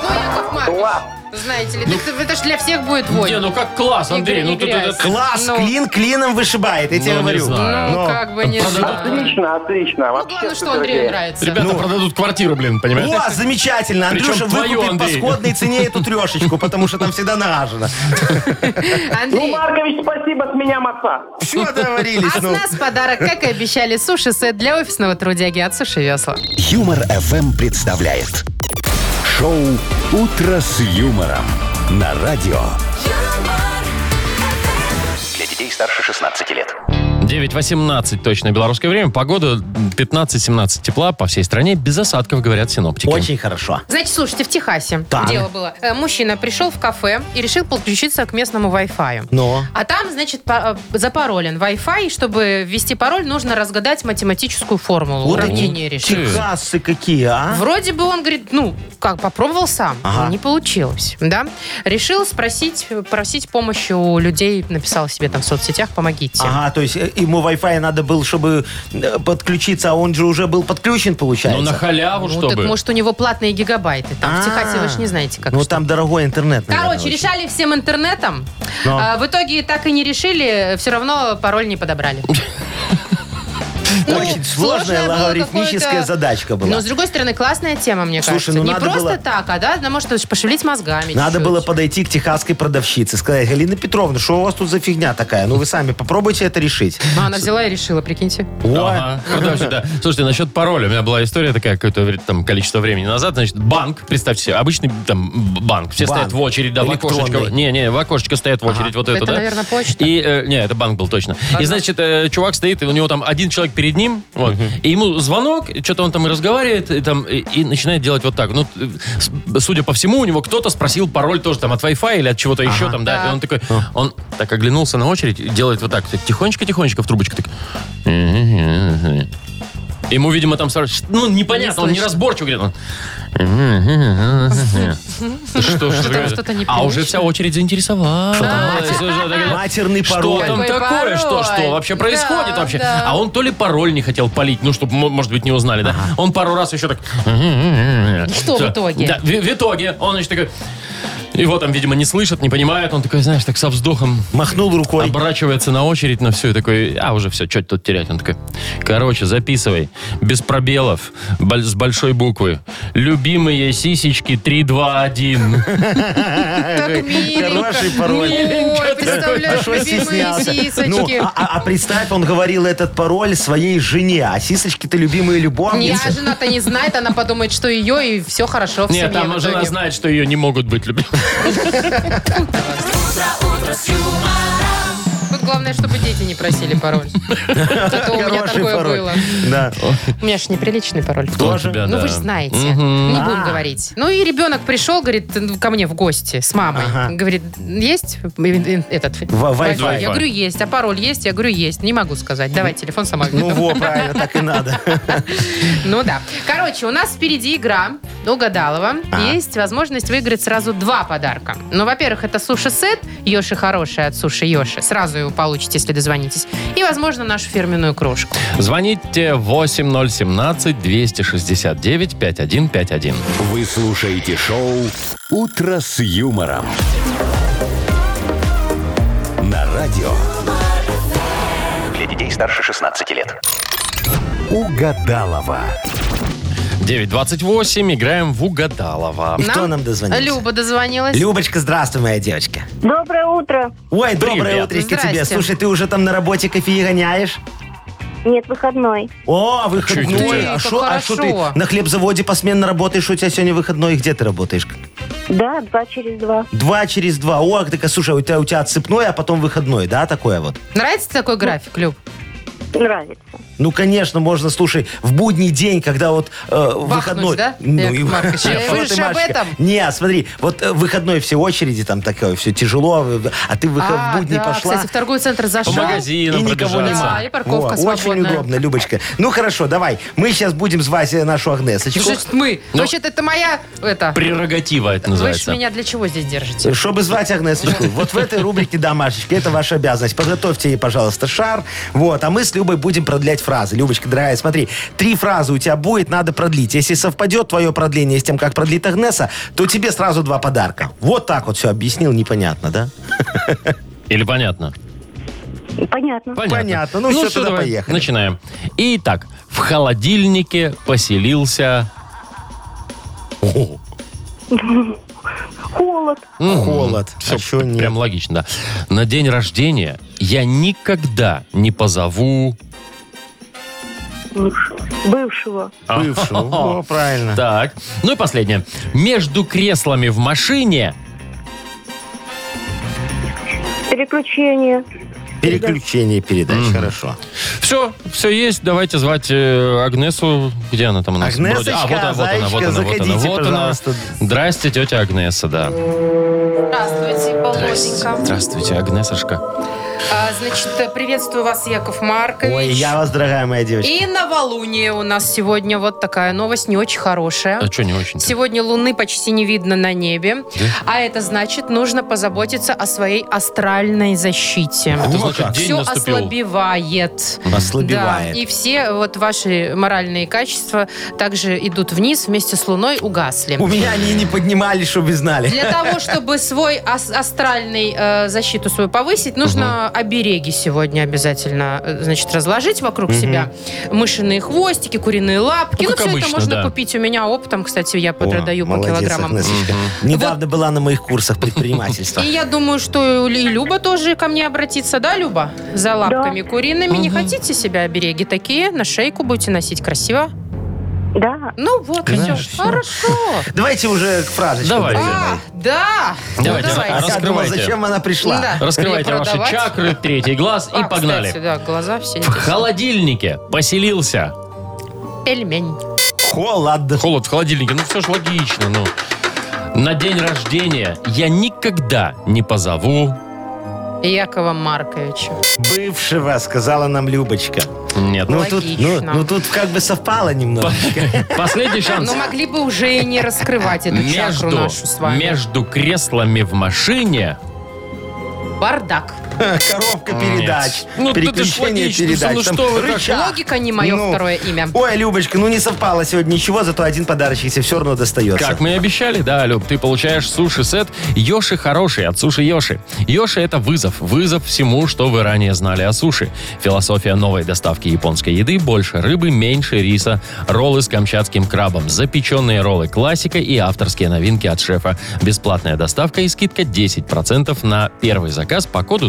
Speaker 2: Яков Маркович, знаете
Speaker 3: Ну.
Speaker 2: ли, так это же для всех будет вой.
Speaker 1: Не, ну как класс,
Speaker 2: Игорь
Speaker 1: Андрей. Ну
Speaker 2: и
Speaker 1: ты
Speaker 2: грязь.
Speaker 1: это...
Speaker 3: Класс,
Speaker 2: Ну.
Speaker 3: клин клином вышибает, я тебе
Speaker 1: Ну, не
Speaker 3: говорю.
Speaker 1: знаю.
Speaker 2: Ну,
Speaker 3: Ну,
Speaker 2: как бы не знаю.
Speaker 7: Отлично, отлично.
Speaker 2: Ну,
Speaker 7: Вообще
Speaker 2: главное, что
Speaker 7: супер
Speaker 2: Андрею
Speaker 7: идея.
Speaker 2: нравится.
Speaker 1: Ребята
Speaker 3: Ну.
Speaker 1: продадут квартиру, блин, понимаете?
Speaker 3: О, замечательно.
Speaker 1: Причем
Speaker 3: Андрюша
Speaker 1: твою,
Speaker 3: выкупит по
Speaker 1: Андрей.
Speaker 3: сходной цене эту трешечку, потому что там всегда нагажено.
Speaker 7: Ну,
Speaker 2: Андрей,
Speaker 7: Маркович, спасибо, с меня маца.
Speaker 3: Все договорились.
Speaker 2: а с
Speaker 3: ну.
Speaker 2: нас подарок, как и обещали, суши-сет для офисного трудяги от Суши Весла.
Speaker 4: Юмор FM представляет шоу Утро с юмором на радио.
Speaker 6: Для детей старше 16 лет.
Speaker 1: 9.18 точно белорусское время. Погода 15-17 тепла по всей стране. Без осадков, говорят синоптики.
Speaker 3: Очень хорошо.
Speaker 2: Значит, слушайте, в Техасе
Speaker 3: Так.
Speaker 2: дело было. Э, Мужчина пришел в кафе и решил подключиться к местному Wi-Fi.
Speaker 1: Ну.
Speaker 3: Но.
Speaker 2: А там, значит, по- э, запаролен Wi-Fi. и Чтобы ввести пароль, нужно разгадать математическую формулу
Speaker 3: Вот
Speaker 2: уравнения
Speaker 1: они,
Speaker 2: решения.
Speaker 3: Техасы какие, а?
Speaker 2: Вроде бы он говорит, ну, как, попробовал сам,
Speaker 3: Ага.
Speaker 2: не получилось, да? Решил спросить, просить помощи у людей, написал себе там в соцсетях, помогите.
Speaker 3: Ага, то есть э, ему Wi-Fi надо было, чтобы э, подключиться, а он же уже был
Speaker 1: Ну,
Speaker 3: подключен,
Speaker 1: на
Speaker 3: получается.
Speaker 1: халяву,
Speaker 2: Ну,
Speaker 1: чтобы.
Speaker 2: так может у него платные гигабайты. Там в
Speaker 3: А.
Speaker 2: Техасе вы же не знаете, как
Speaker 3: Ну,
Speaker 2: что.
Speaker 3: там дорогой интернет. наверное,
Speaker 2: Короче,
Speaker 3: очень.
Speaker 2: решали всем интернетом.
Speaker 3: Но.
Speaker 2: А, в итоге так и не решили, все равно пароль не подобрали. Ну,
Speaker 3: Очень сложная
Speaker 2: было
Speaker 3: логарифмическая
Speaker 2: какое-то-
Speaker 3: задача была.
Speaker 2: Но, с другой стороны, классная тема, мне
Speaker 3: Слушай,
Speaker 2: кажется.
Speaker 3: ну,
Speaker 2: Не
Speaker 3: надо было-
Speaker 2: просто так, а да, она может пошевелить мозгами
Speaker 3: Надо
Speaker 2: чуть-чуть.
Speaker 3: было подойти к техасской продавщице, сказать, Галина Петровна, что у вас тут за фигня такая? Ну, вы сами попробуйте это решить.
Speaker 2: А она взяла и решила, прикиньте.
Speaker 1: Ага. Ну, да, всегда. Слушайте, насчет пароля. У меня была история такая, какое-то вре- там, количество времени назад. Значит, банк, представьте себе, обычный там б- банк. Все
Speaker 3: Банк.
Speaker 1: стоят в очередь, да, в окошечко.
Speaker 3: Электронный.
Speaker 1: Не, не, в окошечко стоят в очередь. Вот это,
Speaker 2: Это,
Speaker 1: да.
Speaker 2: наверное, почта.
Speaker 1: И, э, не, это банк был точно. И, значит, э, чувак стоит, и у него там один человек перед ним, вот, и ему звонок, что-то он там и разговаривает, и, там, и, и начинает делать вот так. Ну, э, с- судя по всему, у него кто-то спросил пароль тоже там от Wi-Fi или от чего-то еще там, да. И он такой, он так оглянулся на очередь, и делает вот так, так, тихонечко-тихонечко в трубочку, так. Ему, видимо, там сразу... Ну, непонятно, он
Speaker 2: слышно.
Speaker 1: неразборчив говорит. Он... Что, ж такое?
Speaker 2: что-то
Speaker 1: а уже
Speaker 2: непривычно.
Speaker 1: вся очередь заинтересовалась.
Speaker 3: Матерный
Speaker 1: Что
Speaker 3: пароль.
Speaker 1: там
Speaker 2: Какой
Speaker 1: такое?
Speaker 2: пароль?
Speaker 1: Что, что вообще происходит
Speaker 2: Да,
Speaker 1: вообще?
Speaker 2: да.
Speaker 1: А он то ли пароль не хотел полить, ну, чтобы, может быть, не узнали, да? Он пару раз еще так...
Speaker 2: что в
Speaker 1: Всё.
Speaker 2: итоге?
Speaker 1: Да, в, в итоге он, значит, такой... Его там, видимо, не слышат, не понимают. Он такой, знаешь, так со вздохом
Speaker 3: Махнул рукой.
Speaker 1: оборачивается на очередь на все и такой, а, уже все, что тут терять? Он такой, короче, записывай, без пробелов, боль- с большой буквы. Любимые сисечки
Speaker 2: (laughs)
Speaker 1: 321.
Speaker 2: Так миленько.
Speaker 3: Хороший пароль.
Speaker 2: Ой,
Speaker 3: Да
Speaker 2: представляешь,
Speaker 3: что
Speaker 2: любимые
Speaker 3: стеснялся? Ну,
Speaker 2: сисочки.
Speaker 3: а, а- а представь, он говорил этот пароль своей жене, а сисочки-то любимые
Speaker 2: Не,
Speaker 3: любовницы.
Speaker 2: а жена-то не знает, она подумает, что ее, и все хорошо в семье.
Speaker 1: Нет, там
Speaker 2: в
Speaker 1: жена
Speaker 2: итоге.
Speaker 1: знает, что ее не могут быть
Speaker 2: (laughs)
Speaker 1: любимыми.
Speaker 2: Тут главное, чтобы дети не просили пароль. Кто-то у меня
Speaker 3: Хороший
Speaker 2: такое
Speaker 3: пароль.
Speaker 2: было.
Speaker 3: Да.
Speaker 2: У меня же неприличный пароль.
Speaker 1: Кто
Speaker 3: Тоже?
Speaker 1: тебя,
Speaker 2: Ну,
Speaker 1: да.
Speaker 2: вы же знаете.
Speaker 1: Мгм.
Speaker 2: Не
Speaker 3: А.
Speaker 2: будем говорить. Ну, и ребенок пришел, говорит, ко мне в гости с мамой.
Speaker 3: Ага.
Speaker 2: Говорит, есть этот...
Speaker 3: Wi-Fi.
Speaker 2: Я говорю, есть. А пароль есть? Я говорю, есть. Не могу сказать. Давай телефон сама.
Speaker 3: Ну, во, правильно, так и
Speaker 2: (laughs)
Speaker 3: надо.
Speaker 2: Ну да. Короче, у нас впереди игра Угадалова.
Speaker 3: А.
Speaker 2: Есть возможность выиграть сразу два подарка. Ну, во-первых, это суши-сет Йоши Хороший от Суши Йоши. Сразу его получите, если дозвонитесь. И, возможно, нашу фирменную кружку.
Speaker 1: Звоните 8017-269-5151.
Speaker 4: Вы слушаете шоу Утро с юмором на радио.
Speaker 6: Для детей старше 16 лет.
Speaker 4: Угадалова.
Speaker 1: 928. Играем в Угадалова.
Speaker 3: Кто нам дозвонился?
Speaker 2: Люба дозвонилась.
Speaker 3: Любочка, здравствуй, моя девочка.
Speaker 5: Доброе утро.
Speaker 3: Ой, доброе
Speaker 1: Привет.
Speaker 3: утречко тебе.
Speaker 2: Здрасте.
Speaker 3: Слушай, ты уже там на работе кофе гоняешь?
Speaker 9: Нет, выходной.
Speaker 3: О, выходной.
Speaker 1: Чё это у
Speaker 3: Ой,
Speaker 1: тебя?
Speaker 3: а
Speaker 2: Ты,
Speaker 3: что
Speaker 2: как
Speaker 3: а шо ты
Speaker 2: хорошо.
Speaker 3: на хлебзаводе посменно работаешь? У тебя сегодня выходной. И Где ты работаешь?
Speaker 9: Да, два через два.
Speaker 3: Два через два. О, так, а, слушай, у тебя, у тебя отсыпной, а потом выходной, да, такое вот?
Speaker 2: Нравится тебе такой график, Люб?
Speaker 9: Нравится.
Speaker 3: Ну, конечно, можно, слушай, в будний день, когда вот э, выходной...
Speaker 2: да,
Speaker 3: Ну,
Speaker 2: Яков
Speaker 3: (laughs)
Speaker 2: Маркович?
Speaker 3: Нет,
Speaker 2: Вы
Speaker 3: что
Speaker 2: же
Speaker 3: ты,
Speaker 2: об
Speaker 3: Машечка?
Speaker 2: этом?
Speaker 3: Не, смотри, вот э, выходной все очереди, там такое, все тяжело, э, а ты в, выход-
Speaker 1: (laughs)
Speaker 3: в
Speaker 2: А,
Speaker 3: будни
Speaker 2: да,
Speaker 3: пошла...
Speaker 2: кстати, в торговый центр зашел.
Speaker 1: По магазинам
Speaker 3: и никого
Speaker 1: пробежаться.
Speaker 3: нема.
Speaker 2: Да, и парковка
Speaker 3: Во, Очень
Speaker 2: свободная.
Speaker 3: удобно, Любочка. Ну, хорошо, давай. Мы сейчас будем звать э, нашу Агнесочку.
Speaker 2: Слушай, мы.
Speaker 1: Ну.
Speaker 2: Вообще-то это моя... Это...
Speaker 1: Прерогатива это
Speaker 2: Вы ж
Speaker 1: называется.
Speaker 2: меня для чего здесь держите?
Speaker 3: Чтобы звать Агнесочку. Вот в этой рубрике «Да, Машечка», это ваша обязанность. Подготовьте ей, пожалуйста, шар. Вот, а мы с Любой будем продлять фразы. Любочка, дорогая, смотри, три фразы у тебя будет, надо продлить. Если совпадет твое продление с тем, как продлит Агнеса, то тебе сразу два подарка. Вот так вот все объяснил, непонятно, да?
Speaker 1: Или понятно?
Speaker 9: Понятно.
Speaker 1: Понятно.
Speaker 3: Понятно. Ну всё,
Speaker 1: всё,
Speaker 3: тогда
Speaker 1: давай,
Speaker 3: поехали.
Speaker 1: Начинаем. Итак, в холодильнике поселился...
Speaker 3: О,
Speaker 9: Холод.
Speaker 3: Холод.
Speaker 1: Всё
Speaker 3: А чё нет?
Speaker 1: Прям логично, да. На день рождения я никогда не позову...
Speaker 9: Бывшего.
Speaker 3: Бывшего. А. О, правильно.
Speaker 1: Так. Ну и последнее. Между креслами в машине...
Speaker 9: Переключение.
Speaker 3: Переключение передач, хорошо.
Speaker 1: Все, все есть. Давайте звать э, Агнесу. Где она там у нас?
Speaker 3: Агнесочка,
Speaker 1: Вроде- А, вот, она, вот она, вот она, вот она,
Speaker 3: заходите,
Speaker 1: вот она.
Speaker 3: пожалуйста.
Speaker 1: Здрасте, тетя Агнеса, да.
Speaker 2: Здравствуйте, Полоненко.
Speaker 1: Здравствуйте, Агнесошка.
Speaker 2: А, значит, приветствую вас, Яков Маркович.
Speaker 3: Ой, я вас, дорогая моя девочка.
Speaker 2: И новолуние у нас сегодня вот такая новость, не очень хорошая.
Speaker 1: А что не очень?
Speaker 2: Сегодня Луны почти не видно на небе,
Speaker 1: Да?
Speaker 2: а это значит, нужно позаботиться о своей астральной защите.
Speaker 1: Это значит, день
Speaker 2: Все
Speaker 1: наступил.
Speaker 2: ослабевает. Да, и все вот ваши моральные качества также идут вниз вместе с Луной угасли.
Speaker 3: У меня они и не поднимались, чтобы вы знали.
Speaker 2: Для того, чтобы свой ас- астральный э, защиту свою повысить, нужно обереги сегодня обязательно, э, значит, разложить вокруг себя. Мышиные хвостики, куриные лапки.
Speaker 1: Ну,
Speaker 2: Ну,
Speaker 1: как
Speaker 2: все
Speaker 1: обычно,
Speaker 2: это можно
Speaker 1: да.
Speaker 2: купить у меня оптом. Кстати, я продаю
Speaker 3: О,
Speaker 2: по
Speaker 3: молодец,
Speaker 2: килограммам.
Speaker 3: Агнесочка. Недавно была на моих курсах предпринимательства.
Speaker 2: И я думаю, что и Люба тоже ко мне обратится, да, Люба? За лапками куриными. Не хотите себя обереги такие? На шейку будете носить красиво?
Speaker 9: Да.
Speaker 2: Ну вот,
Speaker 3: Знаешь,
Speaker 2: все.
Speaker 3: всё.
Speaker 2: Хорошо.
Speaker 3: Давайте уже к фразочкам.
Speaker 1: Давай.
Speaker 2: А, да. Ну,
Speaker 1: Давайте,
Speaker 3: Я
Speaker 2: давайте.
Speaker 1: раз-
Speaker 3: думал,
Speaker 1: Раскрывайте.
Speaker 3: зачем она пришла?
Speaker 2: Да.
Speaker 1: Раскрывайте ваши
Speaker 2: Перепродавать.
Speaker 1: чакры, третий глаз и
Speaker 2: А,
Speaker 1: погнали.
Speaker 2: кстати, да, глаза все.
Speaker 1: В холодильнике поселился.
Speaker 2: Пельмень.
Speaker 3: Холод.
Speaker 1: Холод в холодильнике. Ну все ж логично, ну. На день рождения я никогда не позову.
Speaker 2: Якова Марковича.
Speaker 3: Бывшего, сказала нам Любочка.
Speaker 1: Нет.
Speaker 3: Ну тут, ну,
Speaker 2: Логично.
Speaker 3: ну, тут как бы совпало
Speaker 1: (laughs)
Speaker 3: немножечко.
Speaker 1: Последний шанс.
Speaker 2: Ну, могли бы уже и не раскрывать эту чакру
Speaker 1: Между,
Speaker 2: нашу с вами.
Speaker 1: между креслами в машине.
Speaker 2: Бардак.
Speaker 3: Коробка передач,
Speaker 1: Ну, тут это ж
Speaker 3: переключение
Speaker 1: логично,
Speaker 3: передач.
Speaker 1: ну
Speaker 3: там
Speaker 1: что вы так?
Speaker 3: рычаг.
Speaker 2: Логика не мое
Speaker 3: Ну.
Speaker 2: второе имя.
Speaker 3: Ой, Любочка, ну не совпало сегодня ничего, зато один подарочек тебе все равно достается.
Speaker 1: Как мы и обещали, да, Люб, ты получаешь суши-сет Йоши Хороший от Суши Йоши. Йоши – это вызов, вызов всему, что вы ранее знали о суши. Философия новой доставки японской еды – больше рыбы, меньше риса, роллы с камчатским крабом, запеченные роллы классика и авторские новинки от шефа. Бесплатная доставка и скидка 10% на первый заказ по коду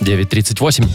Speaker 1: 9.38.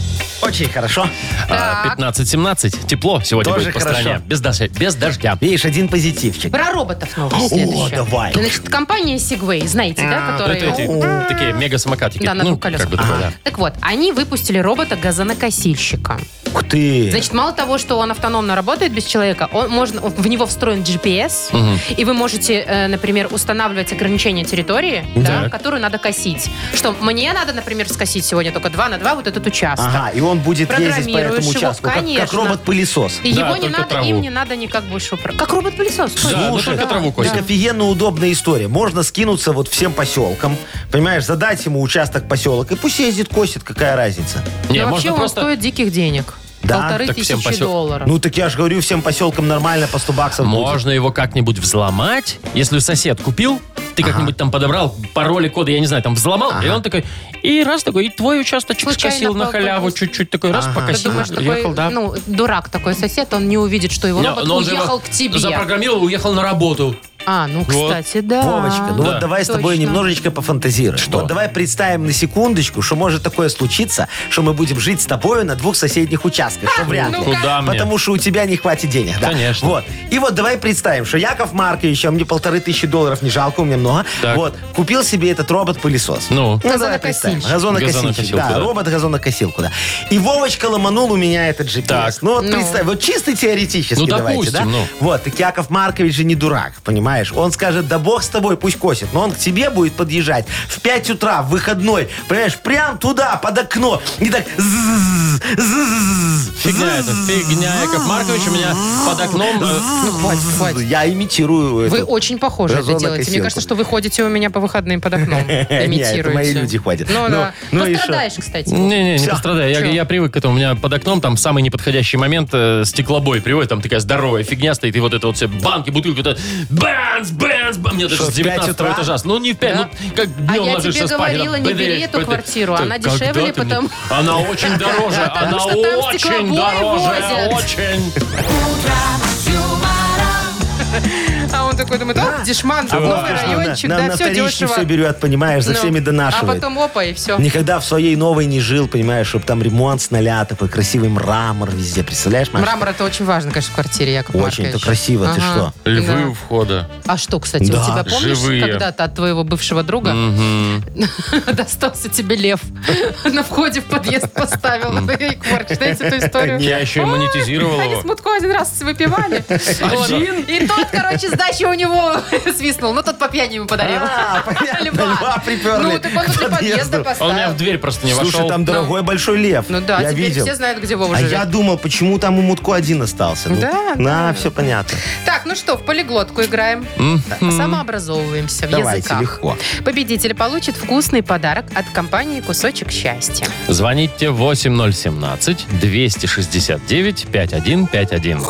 Speaker 3: Очень хорошо.
Speaker 1: А, 15.17. Тепло сегодня
Speaker 3: Тоже
Speaker 1: будет по
Speaker 3: хорошо.
Speaker 1: стране. Без, дождя- без дождя.
Speaker 3: Видишь, один позитивчик.
Speaker 2: Про роботов новость следующая.
Speaker 3: давай.
Speaker 2: Значит, компания Segway, знаете, да,
Speaker 1: Ну, это эти
Speaker 2: которые...
Speaker 1: такие мега-самокатики.
Speaker 2: Да, на
Speaker 1: ну,
Speaker 2: двух колесах.
Speaker 1: как бы такое, да.
Speaker 2: Так вот, они выпустили робота-газонокосильщика.
Speaker 3: Ух ты.
Speaker 2: Значит, мало того, что он автономно работает без человека, он можно, в него встроен GPS, и вы можете, э, например, устанавливать ограничения территории, да,
Speaker 1: Так.
Speaker 2: которую надо косить. Что мне надо, например, скосить сегодня только 2 на 2 вот этот участок.
Speaker 3: Ага, и он будет ездить по
Speaker 2: Программируешь
Speaker 3: этому
Speaker 2: его,
Speaker 3: участку, как- как,
Speaker 2: конечно.
Speaker 3: робот-пылесос.
Speaker 2: И
Speaker 1: Да,
Speaker 2: его не
Speaker 1: только
Speaker 2: надо,
Speaker 1: траву.
Speaker 2: им не надо никак больше управлять. Как робот-пылесос. точно.
Speaker 1: ну только траву
Speaker 3: Так
Speaker 1: косит.
Speaker 3: офигенно удобная история. Можно скинуться вот всем поселкам, понимаешь, задать ему участок поселок, и пусть ездит, косит, какая разница.
Speaker 2: Но
Speaker 1: Не,
Speaker 2: Ну, вообще
Speaker 1: можно
Speaker 2: он
Speaker 1: просто...
Speaker 2: стоит диких денег.
Speaker 3: Да?
Speaker 2: Полторы
Speaker 1: Так всем
Speaker 2: тысячи
Speaker 1: посё-
Speaker 2: долларов.
Speaker 3: Ну так я же говорю, всем поселкам нормально по 100 баксов будет.
Speaker 1: Можно его как-нибудь взломать. Если сосед купил, ты как-нибудь там подобрал пароли, коды, я не знаю, там взломал, и он такой, И раз такой, и твой участочек
Speaker 2: Случайно
Speaker 1: скосил на халяву
Speaker 2: покатился.
Speaker 1: чуть-чуть такой, раз
Speaker 3: Ага.
Speaker 2: Ты
Speaker 1: покосил,
Speaker 2: думаешь,
Speaker 1: уехал,
Speaker 2: такой,
Speaker 1: да.
Speaker 2: ну, дурак такой сосед, он не увидит, что его
Speaker 1: Но-
Speaker 2: робот
Speaker 1: но он же его
Speaker 2: уехал к тебе.
Speaker 1: Запрограммировал, уехал на работу.
Speaker 2: А, ну, кстати, да.
Speaker 3: Вовочка, ну
Speaker 1: Да.
Speaker 3: вот давай с тобой
Speaker 2: Точно.
Speaker 3: немножечко пофантазируем.
Speaker 1: Что?
Speaker 3: Вот давай представим на секундочку, что может такое случиться, что мы будем жить с тобою на двух соседних участках. Что вряд ли.
Speaker 2: ну-ка.
Speaker 1: Куда мне?
Speaker 3: Потому что у тебя не хватит денег. Да.
Speaker 1: Конечно.
Speaker 3: Вот. И вот давай представим, что Яков Маркович, а мне полторы тысячи долларов не жалко, у меня много.
Speaker 1: Так.
Speaker 3: Вот. Купил себе этот робот-пылесос.
Speaker 1: Ну.
Speaker 3: давай представим.
Speaker 2: Газонокосильщик.
Speaker 3: Газонокосильщик.
Speaker 1: Газонокосилку,
Speaker 3: Да,
Speaker 1: да.
Speaker 3: робот-газонокосилку, да. И Вовочка ломанул у меня этот GPS.
Speaker 1: Так.
Speaker 3: Ну вот
Speaker 2: Ну.
Speaker 3: представь, вот чисто теоретически
Speaker 1: Ну,
Speaker 3: давайте, да?
Speaker 1: допустим, ну.
Speaker 3: Вот, так Яков Маркович же не дурак, понимаешь? Он скажет, да бог с тобой, пусть косит. Но он к тебе будет подъезжать в 5 утра, в выходной, понимаешь, прям туда, под окно. И так... зззз, зззз,
Speaker 1: Фигня это,
Speaker 3: зззз.
Speaker 1: фигня. Яков Маркович у меня под окном... э,
Speaker 2: Ну, хватит, хватит.
Speaker 3: Я имитирую
Speaker 2: Вы
Speaker 3: эту-
Speaker 2: очень похожи это
Speaker 3: Газонокосилку.
Speaker 2: делаете. Мне кажется, что вы ходите у меня по выходным под окном,
Speaker 3: (laughs) Не, это
Speaker 2: имитируете.
Speaker 3: мои люди ходят.
Speaker 2: Ну,
Speaker 3: Ну,
Speaker 2: да.
Speaker 3: ну и
Speaker 2: Пострадаешь, кстати.
Speaker 1: Не-не, не
Speaker 3: Всё.
Speaker 1: пострадай. Я,
Speaker 2: Чё?
Speaker 1: я привык к этому. У меня под окном там самый неподходящий момент э, стеклобой приводит. Там такая здоровая фигня стоит, и вот это вот все банки, бутылки, вот это бэнс, бэнс, бэнс. Мне даже
Speaker 3: Что,
Speaker 1: с
Speaker 3: в пять
Speaker 1: 19
Speaker 3: утра?
Speaker 1: этажа. Ну, не в 5,
Speaker 2: Да.
Speaker 1: ну, как
Speaker 2: А
Speaker 1: днем
Speaker 2: я
Speaker 1: ложишься
Speaker 2: тебе
Speaker 1: спать.
Speaker 2: говорила,
Speaker 1: там
Speaker 2: не
Speaker 1: бэдэ,
Speaker 2: бери эту
Speaker 1: бэдэ.
Speaker 2: квартиру,
Speaker 1: Так,
Speaker 2: она
Speaker 1: когда
Speaker 2: дешевле,
Speaker 1: ты мне-
Speaker 2: потому-
Speaker 1: Она
Speaker 2: (laughs)
Speaker 1: очень дороже,
Speaker 2: Потому
Speaker 1: она
Speaker 2: что там
Speaker 1: очень
Speaker 2: стеклобои
Speaker 1: дороже,
Speaker 2: возят.
Speaker 1: очень.
Speaker 2: А он такой думает, а, дешман, новый
Speaker 3: Вовка,
Speaker 2: райончик,
Speaker 3: на, на-
Speaker 2: да,
Speaker 3: на
Speaker 2: все
Speaker 3: вторичке
Speaker 2: дешево.
Speaker 3: все берет, понимаешь, за
Speaker 2: Ну,
Speaker 3: всеми
Speaker 2: А
Speaker 3: донашивает.
Speaker 2: потом опа, и все.
Speaker 3: Никогда в своей новой не жил, понимаешь, чтобы там ремонт с нуля, такой красивый мрамор везде, представляешь, Маша?
Speaker 2: Мрамор это очень важно, конечно, в квартире, Яков
Speaker 3: Очень, это
Speaker 2: Маркович.
Speaker 3: красиво, ты что?
Speaker 1: Львы
Speaker 2: Да.
Speaker 1: у входа.
Speaker 2: А что, кстати, у
Speaker 3: Да.
Speaker 2: тебя, помнишь,
Speaker 1: Живые.
Speaker 2: когда-то от твоего бывшего друга (laughs) достался тебе лев? (laughs) На входе в подъезд поставил. (laughs) И Марк, знаете эту историю?
Speaker 1: Я еще и монетизировал
Speaker 2: Ой, Они
Speaker 1: его.
Speaker 2: с Мутко один раз выпивали.
Speaker 1: Один?
Speaker 2: Вот. И тот, короче, сдачи у него (laughs) свистнул. Ну, тот по пьяни ему подарил.
Speaker 3: (laughs) А, понятно, льва приперли
Speaker 2: Ну, так он
Speaker 3: к
Speaker 2: внутри
Speaker 3: подъезду.
Speaker 2: подъезда
Speaker 1: Он у меня в
Speaker 2: поставил.
Speaker 1: дверь просто не
Speaker 3: Слушай,
Speaker 1: вошел.
Speaker 3: там дорогой большой лев.
Speaker 2: Ну да,
Speaker 3: я
Speaker 2: теперь
Speaker 3: видел.
Speaker 2: все знают, где Вова
Speaker 3: а
Speaker 2: живет.
Speaker 3: я думал, почему там у Мутко один остался. Ну,
Speaker 2: Да,
Speaker 3: на,
Speaker 2: да.
Speaker 3: все понятно.
Speaker 2: Так, ну что, в полиглотку играем. Самообразовываемся в
Speaker 3: Давайте,
Speaker 2: языках.
Speaker 3: легко.
Speaker 2: Победитель получит вкусный подарок от компании «Кусочек счастья».
Speaker 1: Звоните 8017-269-5151.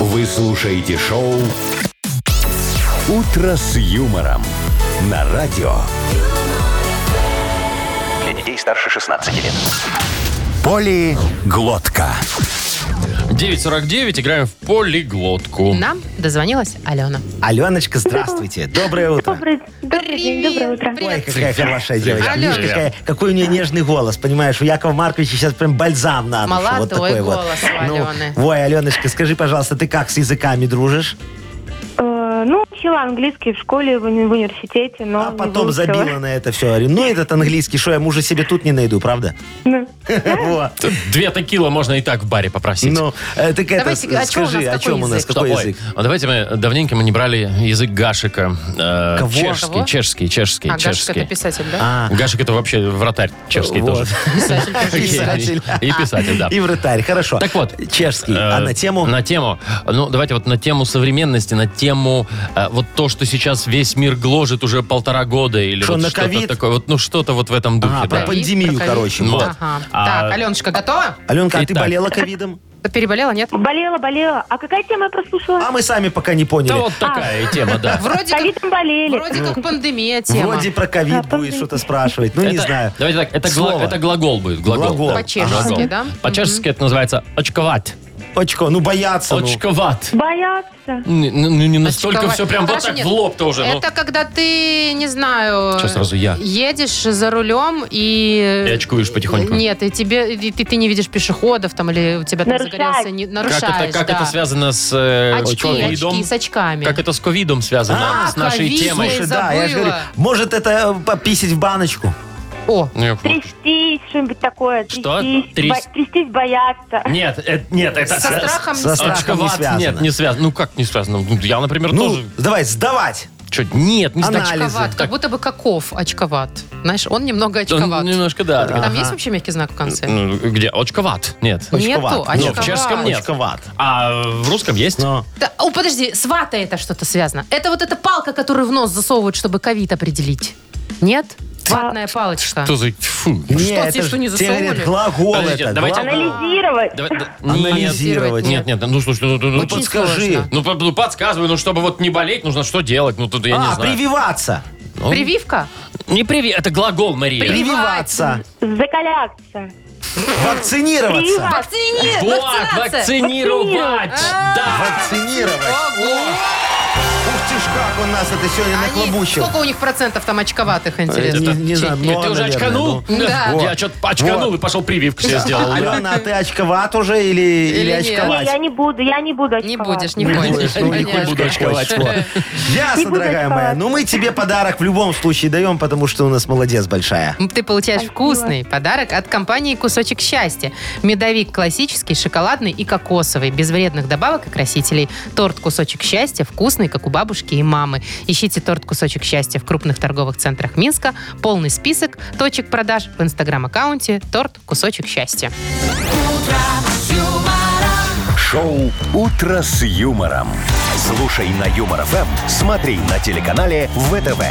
Speaker 4: Вы слушаете шоу «Утро с юмором» на радио.
Speaker 6: Для детей старше 16 лет.
Speaker 4: Полиглотка.
Speaker 1: 9.49, играем в полиглотку.
Speaker 2: Нам дозвонилась Алена. (laughs)
Speaker 3: Аленочка, здравствуйте. Доброе утро.
Speaker 9: Добрый, добрый день, доброе утро.
Speaker 3: Ой,
Speaker 2: Привет.
Speaker 3: какая хорошая девочка.
Speaker 2: Алена.
Speaker 3: Видишь, какая- какой у нее нежный голос, понимаешь? У Якова Марковича сейчас прям бальзам на душу. вот
Speaker 2: Молодой
Speaker 3: такой вот.
Speaker 2: голос у Алены.
Speaker 3: Ну, ой, Аленочка, скажи, пожалуйста, ты как с языками дружишь?
Speaker 9: Э, ну, учила английский в школе, в, уни- в университете, но
Speaker 3: А
Speaker 9: не
Speaker 3: потом
Speaker 9: выучила.
Speaker 3: забила на это все. Ну, этот английский, что я мужа себе тут не найду, правда?
Speaker 9: Ну,
Speaker 3: (laughs) Вот.
Speaker 1: Тут Две такила можно и так в баре попросить.
Speaker 3: Ну, э, так это,
Speaker 2: Давайте, а чё у нас,
Speaker 3: скажи, о
Speaker 2: какой
Speaker 3: чем у нас,
Speaker 2: язык?
Speaker 3: какой
Speaker 1: Что, ой,
Speaker 3: язык?
Speaker 1: а давайте мы давненько мы не брали язык гашика. Э,
Speaker 3: Кого?
Speaker 1: Чешский,
Speaker 2: Кого?
Speaker 1: чешский, чешский,
Speaker 2: А Гашка
Speaker 1: чешский.
Speaker 2: это писатель, да?
Speaker 3: А,
Speaker 1: Гашик это вообще вратарь чешский
Speaker 3: вот.
Speaker 1: тоже.
Speaker 2: (laughs) Писатель тоже
Speaker 1: И-
Speaker 2: есть.
Speaker 3: Писатель.
Speaker 1: И писатель, да.
Speaker 3: И вратарь, хорошо.
Speaker 1: Так вот.
Speaker 3: Чешский.
Speaker 1: Э,
Speaker 3: А на тему?
Speaker 1: На тему. Ну, давайте вот на тему современности, на тему э, вот то, что сейчас весь мир гложет уже полтора года или
Speaker 3: Что,
Speaker 1: вот
Speaker 3: на
Speaker 1: что-то
Speaker 3: ковид?
Speaker 1: такое. Вот, ну, что-то вот в этом духе,
Speaker 3: Ага,
Speaker 1: да.
Speaker 3: про пандемию,
Speaker 2: Про ковид?
Speaker 3: короче.
Speaker 1: Ну,
Speaker 3: вот.
Speaker 1: вот.
Speaker 2: Ага.
Speaker 1: А-
Speaker 2: Так, Аленушка, готова?
Speaker 3: Аленка, а ты
Speaker 1: Итак.
Speaker 3: болела ковидом?
Speaker 2: Переболела, нет?
Speaker 9: болела, болела. А какая тема я прослушала?
Speaker 3: А мы сами пока не
Speaker 1: Да
Speaker 3: поняли.
Speaker 1: вот такая
Speaker 2: А.
Speaker 1: тема, да.
Speaker 2: Вроде как,
Speaker 9: Ковидом болели.
Speaker 2: вроде как пандемия тема.
Speaker 3: Вроде про ковид будет что-то спрашивать. Ну, не
Speaker 1: Это-
Speaker 3: знаю.
Speaker 1: Давайте так, это, гла-
Speaker 3: Слово.
Speaker 1: это глагол будет. Глагол.
Speaker 3: Глагол.
Speaker 1: да.
Speaker 2: По-чешски,
Speaker 1: Глагол.
Speaker 2: да?
Speaker 1: По-чешски это называется очковать.
Speaker 3: Очко, ну бояться. ну.
Speaker 1: Очковать.
Speaker 9: Боятся.
Speaker 1: Не, ну, не настолько
Speaker 2: Очковать. А,
Speaker 1: все прям вот
Speaker 2: Хорошо,
Speaker 1: так
Speaker 2: нет.
Speaker 1: в лоб тоже. ну.
Speaker 2: Это когда ты, не знаю...
Speaker 1: Чё сразу я?
Speaker 2: Едешь за рулем и...
Speaker 1: И очкуешь потихоньку.
Speaker 2: Нет, и тебе и ты, ты не видишь пешеходов там, или у тебя там
Speaker 9: Нарушаешь.
Speaker 2: загорелся... Не,
Speaker 1: Как,
Speaker 2: нарушаешь,
Speaker 1: это, как
Speaker 2: да.
Speaker 1: это связано с э,
Speaker 2: Очки,
Speaker 1: ковидом?
Speaker 2: очки с очками.
Speaker 1: Как это с ковидом связано?
Speaker 3: А,
Speaker 1: с нашей
Speaker 2: ковид,
Speaker 1: темой.
Speaker 2: слушай.
Speaker 3: Слушай, да, я же
Speaker 2: забыла.
Speaker 3: говорю, может это э, пописить в баночку?
Speaker 2: О,
Speaker 1: Ну, я понял.
Speaker 9: Трястись, что-нибудь такое.
Speaker 1: Что?
Speaker 9: Трястись,
Speaker 1: Тряс-
Speaker 9: бо- трястись бояться.
Speaker 1: Нет, э, нет, это
Speaker 2: со
Speaker 1: с-
Speaker 2: страхом...
Speaker 3: со
Speaker 2: не
Speaker 3: страхом.
Speaker 2: страшно.
Speaker 1: очковать,
Speaker 3: не связано.
Speaker 1: Нет, не связано. Ну как не связано? Ну, Я, например,
Speaker 3: Ну,
Speaker 1: тоже.
Speaker 3: давай, сдавать.
Speaker 1: Чё, нет, не
Speaker 3: Анализы.
Speaker 1: знаю.
Speaker 2: Очковат,
Speaker 1: Так.
Speaker 2: как будто бы каков очковат. Знаешь, он немного
Speaker 1: Да,
Speaker 2: очковат.
Speaker 1: Немножко, да.
Speaker 2: А Там есть вообще мягкий знак в конце?
Speaker 1: Ну, Где? Очковат. Нет.
Speaker 2: Нету,
Speaker 3: Очковат. Ну,
Speaker 1: в чешском
Speaker 2: очковат.
Speaker 1: нет.
Speaker 3: Очковат.
Speaker 1: А в русском есть?
Speaker 3: Но.
Speaker 2: Да, о, подожди, с ватой это что-то связано. Это вот эта палка, которую в нос засовывают, чтобы ковид определить. Нет? Ватная палочка.
Speaker 1: Что за... Фу.
Speaker 3: Не,
Speaker 2: что,
Speaker 3: это
Speaker 2: тебе что,
Speaker 3: ж-
Speaker 2: не
Speaker 3: тебе говорят,
Speaker 2: засовывали?
Speaker 3: глагол
Speaker 1: Подождите,
Speaker 3: Ну, это.
Speaker 1: давайте-
Speaker 3: глагол.
Speaker 9: Анализировать.
Speaker 1: Давай, да-
Speaker 3: Анализировать.
Speaker 1: Нет, нет, ну слушай, ну, ну, ну,
Speaker 2: Очень
Speaker 1: подск-
Speaker 3: подскажи.
Speaker 2: сложно.
Speaker 1: ну, по- ну, подсказывай, ну чтобы вот не болеть, нужно что делать? Ну тут я
Speaker 3: а,
Speaker 1: не знаю.
Speaker 3: прививаться.
Speaker 1: Ну,
Speaker 2: Прививка?
Speaker 1: Не привет, это глагол, Мария.
Speaker 3: Прививаться.
Speaker 9: Закаляться.
Speaker 3: Вакцинироваться.
Speaker 9: Прививаться.
Speaker 1: Вот,
Speaker 2: Вакцини- вакцинация.
Speaker 1: вакцинировать.
Speaker 3: А.
Speaker 1: Да.
Speaker 3: Вакцинировать. Ух ты ж как он нас это сегодня
Speaker 2: Они-
Speaker 3: наклобучил.
Speaker 2: сколько у них процентов там очковатых, интересно?
Speaker 3: Не, не знаю, много,
Speaker 1: Ты уже
Speaker 3: наверное,
Speaker 1: очканул?
Speaker 3: ну.
Speaker 2: Да.
Speaker 1: Я что-то очканул и
Speaker 3: Вот.
Speaker 1: пошел прививку себе сделал. да.
Speaker 3: Алена, а ты очковат уже или, или
Speaker 2: нет?
Speaker 9: Не,
Speaker 3: очковать?
Speaker 9: я не буду, я не буду
Speaker 2: Не
Speaker 9: очковать.
Speaker 2: будешь, не
Speaker 3: (laughs) Не
Speaker 2: хочешь.
Speaker 3: будешь, ну, не
Speaker 2: понятно.
Speaker 1: Не буду очковать.
Speaker 2: (laughs)
Speaker 9: Не
Speaker 3: Ясно,
Speaker 9: буду
Speaker 3: дорогая моя.
Speaker 9: очковать.
Speaker 3: Ну, мы тебе подарок в любом случае даем, потому что у нас молодец большая.
Speaker 2: Ты получаешь
Speaker 9: Спасибо.
Speaker 2: вкусный подарок от компании «Кусочек счастья». Медовик классический, шоколадный и кокосовый, без вредных добавок и красителей. Торт «Кусочек счастья» вкусный, как у бабушки и мамы. Ищите торт «Кусочек счастья» в крупных торговых центрах Минска. Полный список точек продаж в инстаграм-аккаунте «Торт «Кусочек счастья».
Speaker 4: Шоу «Утро с юмором». Слушай на Юмор ФМ, смотри на телеканале ВТВ.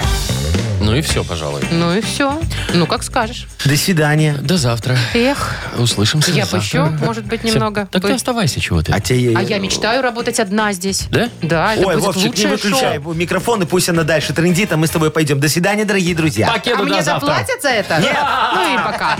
Speaker 1: Ну и все, пожалуй.
Speaker 2: Ну и все. Ну, как скажешь.
Speaker 3: До свидания.
Speaker 1: До завтра.
Speaker 2: Эх,
Speaker 1: Услышимся.
Speaker 2: я
Speaker 1: завтра.
Speaker 2: еще, (laughs) может быть,
Speaker 1: Всё.
Speaker 2: немного.
Speaker 1: Так ты
Speaker 2: бы-
Speaker 1: оставайся, чего ты.
Speaker 3: А те...
Speaker 2: А я мечтаю работать одна здесь.
Speaker 1: Да?
Speaker 2: Да, это
Speaker 3: Ой,
Speaker 2: будет
Speaker 3: Вовчик, не
Speaker 2: лучшее
Speaker 3: выключай
Speaker 2: шоу.
Speaker 3: микрофон, и пусть она дальше трендит, а мы с тобой пойдем. До свидания, дорогие друзья.
Speaker 2: А
Speaker 1: Пакету до
Speaker 2: мне
Speaker 1: завтра.
Speaker 2: заплатят за это? Ну и пока.